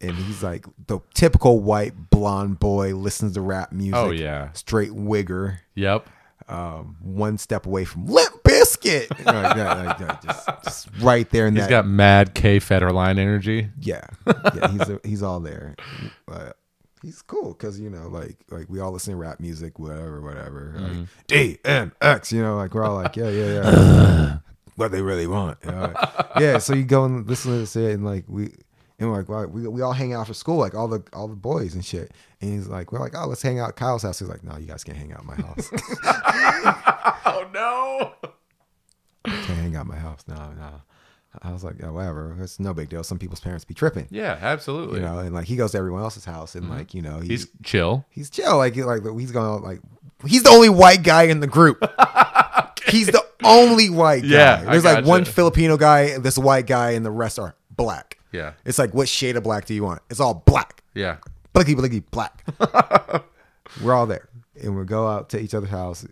B: and he's like the typical white blonde boy listens to rap music.
C: Oh yeah.
B: straight wigger,
C: Yep.
B: um, one step away from Limp Biscuit. like, yeah, like, yeah, just, just right there in
A: He's
B: that.
A: got mad K Federline energy.
B: yeah, yeah, he's a, he's all there. Uh, he's cool because you know, like like we all listen to rap music, whatever, whatever. Like, DMX, you know, like we're all like, yeah, yeah, yeah. what they really want, you know, like, yeah. So you go and listen to this, shit and like we. And we're like, well, we, we all hang out for school, like all the all the boys and shit. And he's like, we're like, oh, let's hang out at Kyle's house. He's like, no, you guys can't hang out at my house.
C: Oh no.
B: can't hang out at my house. No, no. I was like, yeah, whatever. It's no big deal. Some people's parents be tripping,
C: Yeah, absolutely.
B: you know. And like, he goes to everyone else's house, and like, you know, he,
C: He's
B: he's
C: chill.
B: he's chill. Like, he- like he's going out, like he's the only white guy in the group. He's the only white guy.
C: Yeah, I
B: There's like
C: gotcha.
B: one Filipino guy, this white guy, and the rest are black.
C: Yeah.
B: It's like, what shade of black do you want? It's all black.
C: Yeah.
B: Blicky blicky black. we're all there. And we go out to each other's house,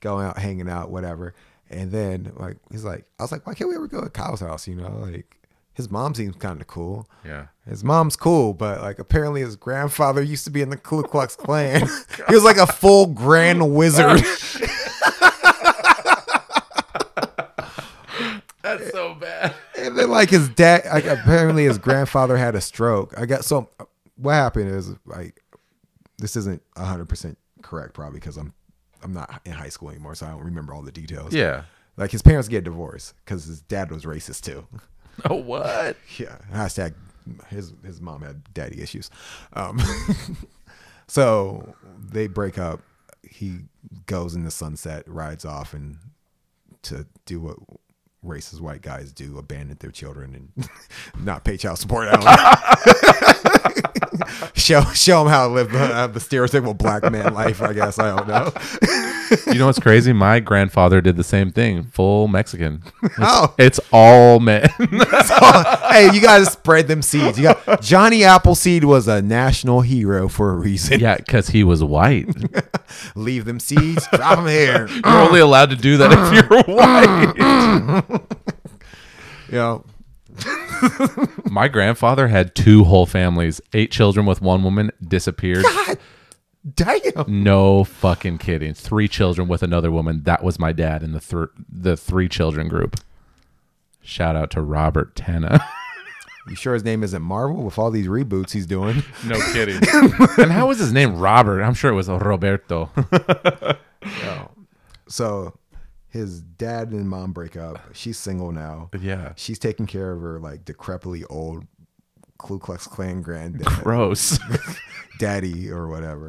B: go out, hanging out, whatever. And then like he's like, I was like, why can't we ever go to Kyle's house? You know, like his mom seems kind of cool.
C: Yeah.
B: His mom's cool, but like apparently his grandfather used to be in the Ku Klux Klan. he was like a full grand wizard.
C: That's so bad.
B: and then like his dad like apparently his grandfather had a stroke i got so what happened is like this isn't 100% correct probably because i'm i'm not in high school anymore so i don't remember all the details
C: Yeah.
B: like his parents get divorced because his dad was racist too
C: Oh what?
B: yeah hashtag his his mom had daddy issues um so they break up he goes in the sunset rides off and to do what racist white guys do abandon their children and not pay child support I don't know. show show them how to live the, uh, the stereotypical black man life i guess i don't know
A: You know what's crazy? My grandfather did the same thing. Full Mexican.
B: oh
A: It's all men.
B: hey you gotta spread them seeds you got johnny appleseed was a national hero for a reason
A: yeah, because he was white.
B: leave them seeds, drop them here.
A: You're only allowed to do that if you're white.
B: You know,
A: My grandfather had two whole families, eight children with one woman, disappeared.
B: God damn.
A: No fucking kidding. Three children with another woman. That was my dad in the thr the three children group. Shout out to Robert Tenna.
B: You sure his name isn't Marvel with all these reboots he's doing?
A: No kidding. and how was his name Robert? I'm sure it was Roberto.
B: So his dad and mom break up. She's single now.
A: yeah.
B: She's taking care of her like decrepitly old Ku Klux Klan granddad,
A: Gross.
B: daddy or whatever.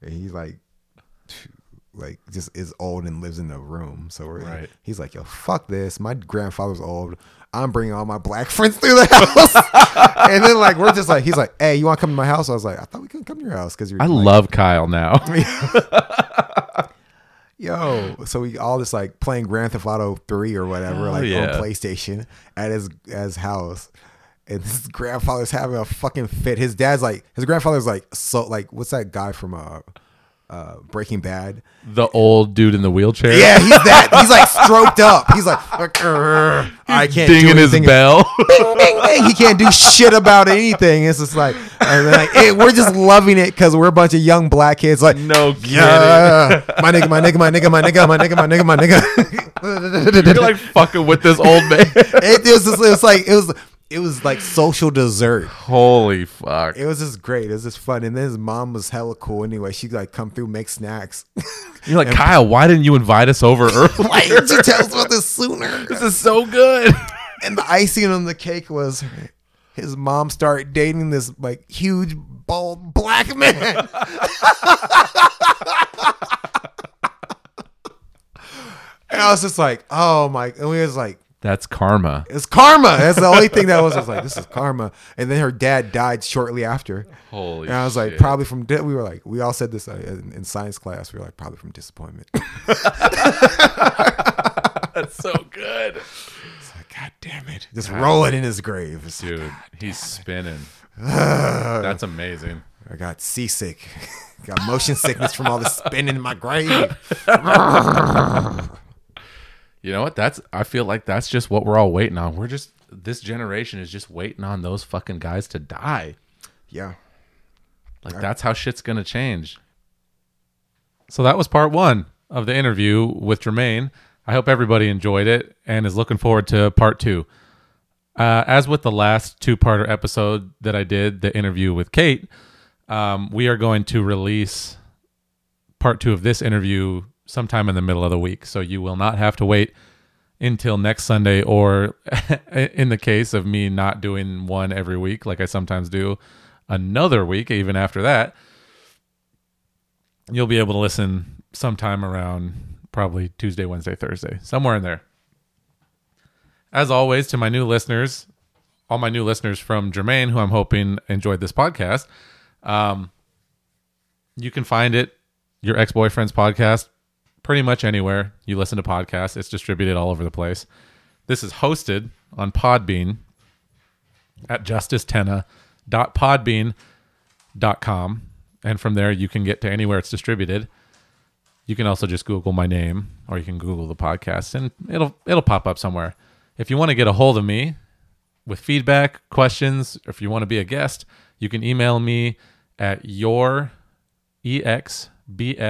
B: And he's like, like just is old and lives in the room. So we're
A: Right.
B: he's like, yo, fuck this. My grandfather's old. I'm bringing all my black friends through the house. and then like we're just like, he's like, hey, you want to come to my house? I was like, I thought we couldn't come to your house because you're
A: I
B: like,
A: love Kyle now.
B: yo. So we all just like playing Grand Theft Auto three or whatever,
A: Oh,
B: like
A: yeah.
B: on PlayStation at his at his house. And his grandfather's having a fucking fit. His dad's like, his grandfather's like, so like, what's that guy from uh, uh, Breaking Bad?
A: the old dude in the wheelchair.
B: Yeah, he's that. He's like stroked up. He's like, uh, I can't
A: Dinging
B: do
A: his
B: anything.
A: bell.
B: Bing, bing, bing. He can't do shit about anything. It's just like, and then like hey, we're just loving it because we're a bunch of young black kids. Like,
A: no kidding.
B: yeah, my nigga, my nigga, my nigga, my nigga, my nigga, my nigga, my nigga.
A: You're like fucking with this old man.
B: it, was just, it was like it was it was like social dessert.
A: Holy fuck.
B: It was just great. It was just fun. And then his mom was hella cool. Anyway, she like come through, make snacks.
A: You're like, Kyle, why didn't you invite us over earlier?
B: Why didn't you tell us about this sooner?
A: this is so good.
B: and the icing on the cake was his mom started dating this like huge bald black man. and I was just like, oh my and we was like,
A: That's karma.
B: it's karma. That's the only thing that was, I was like, this is karma. And then her dad died shortly after.
A: Holy
B: And I was like,
A: shit.
B: probably from di- we were like, we all said this uh, in, in science class. We were like, probably from disappointment.
A: That's so good.
B: God damn it! Just rolling in his grave. It's like,
A: Dude, he's spinning. That's amazing.
B: I got seasick. got motion sickness from all the spinning in my grave.
A: You know what? That's I feel like that's just what we're all waiting on. We're just this generation is just waiting on those fucking guys to die.
B: Yeah.
C: Like that's how shit's gonna change.
A: So that was part one of the interview with Jermaine. I hope everybody enjoyed it and is looking forward to part two. Uh, as with the last two parter episode that I did, the interview with Kate, um, we are going to release part two of this interview sometime in the middle of the week. So you will not have to wait until next Sunday, or in the case of me not doing one every week, like I sometimes do, another week, even after that. You'll be able to listen sometime around probably Tuesday, Wednesday, Thursday, somewhere in there. As always, to my new listeners, all my new listeners from Jermaine, who I'm hoping enjoyed this podcast, um, you can find it, your ex boyfriend's podcast, pretty much anywhere you listen to podcasts. It's distributed all over the place. This is hosted on Podbean at justicetenna.podbean.com. And from there, you can get to anywhere it's distributed. You can also just Google my name or you can Google the podcast and it'll it'll pop up somewhere. If you want to get a hold of me with feedback, questions, or if you want to be a guest, you can email me at your E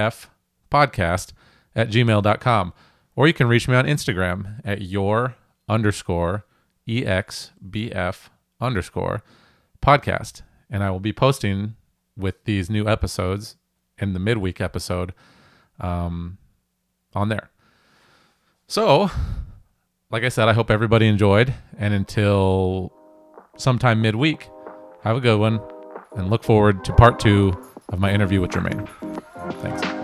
A: exbfpodcast at gmail.com. Or you can reach me on Instagram at your underscore E exbf underscore podcast. And I will be posting with these new episodes and the midweek episode um, on there. So, like I said, I hope everybody enjoyed. And until sometime midweek, have a good one and look forward to part two of my interview with Jermaine. Thanks.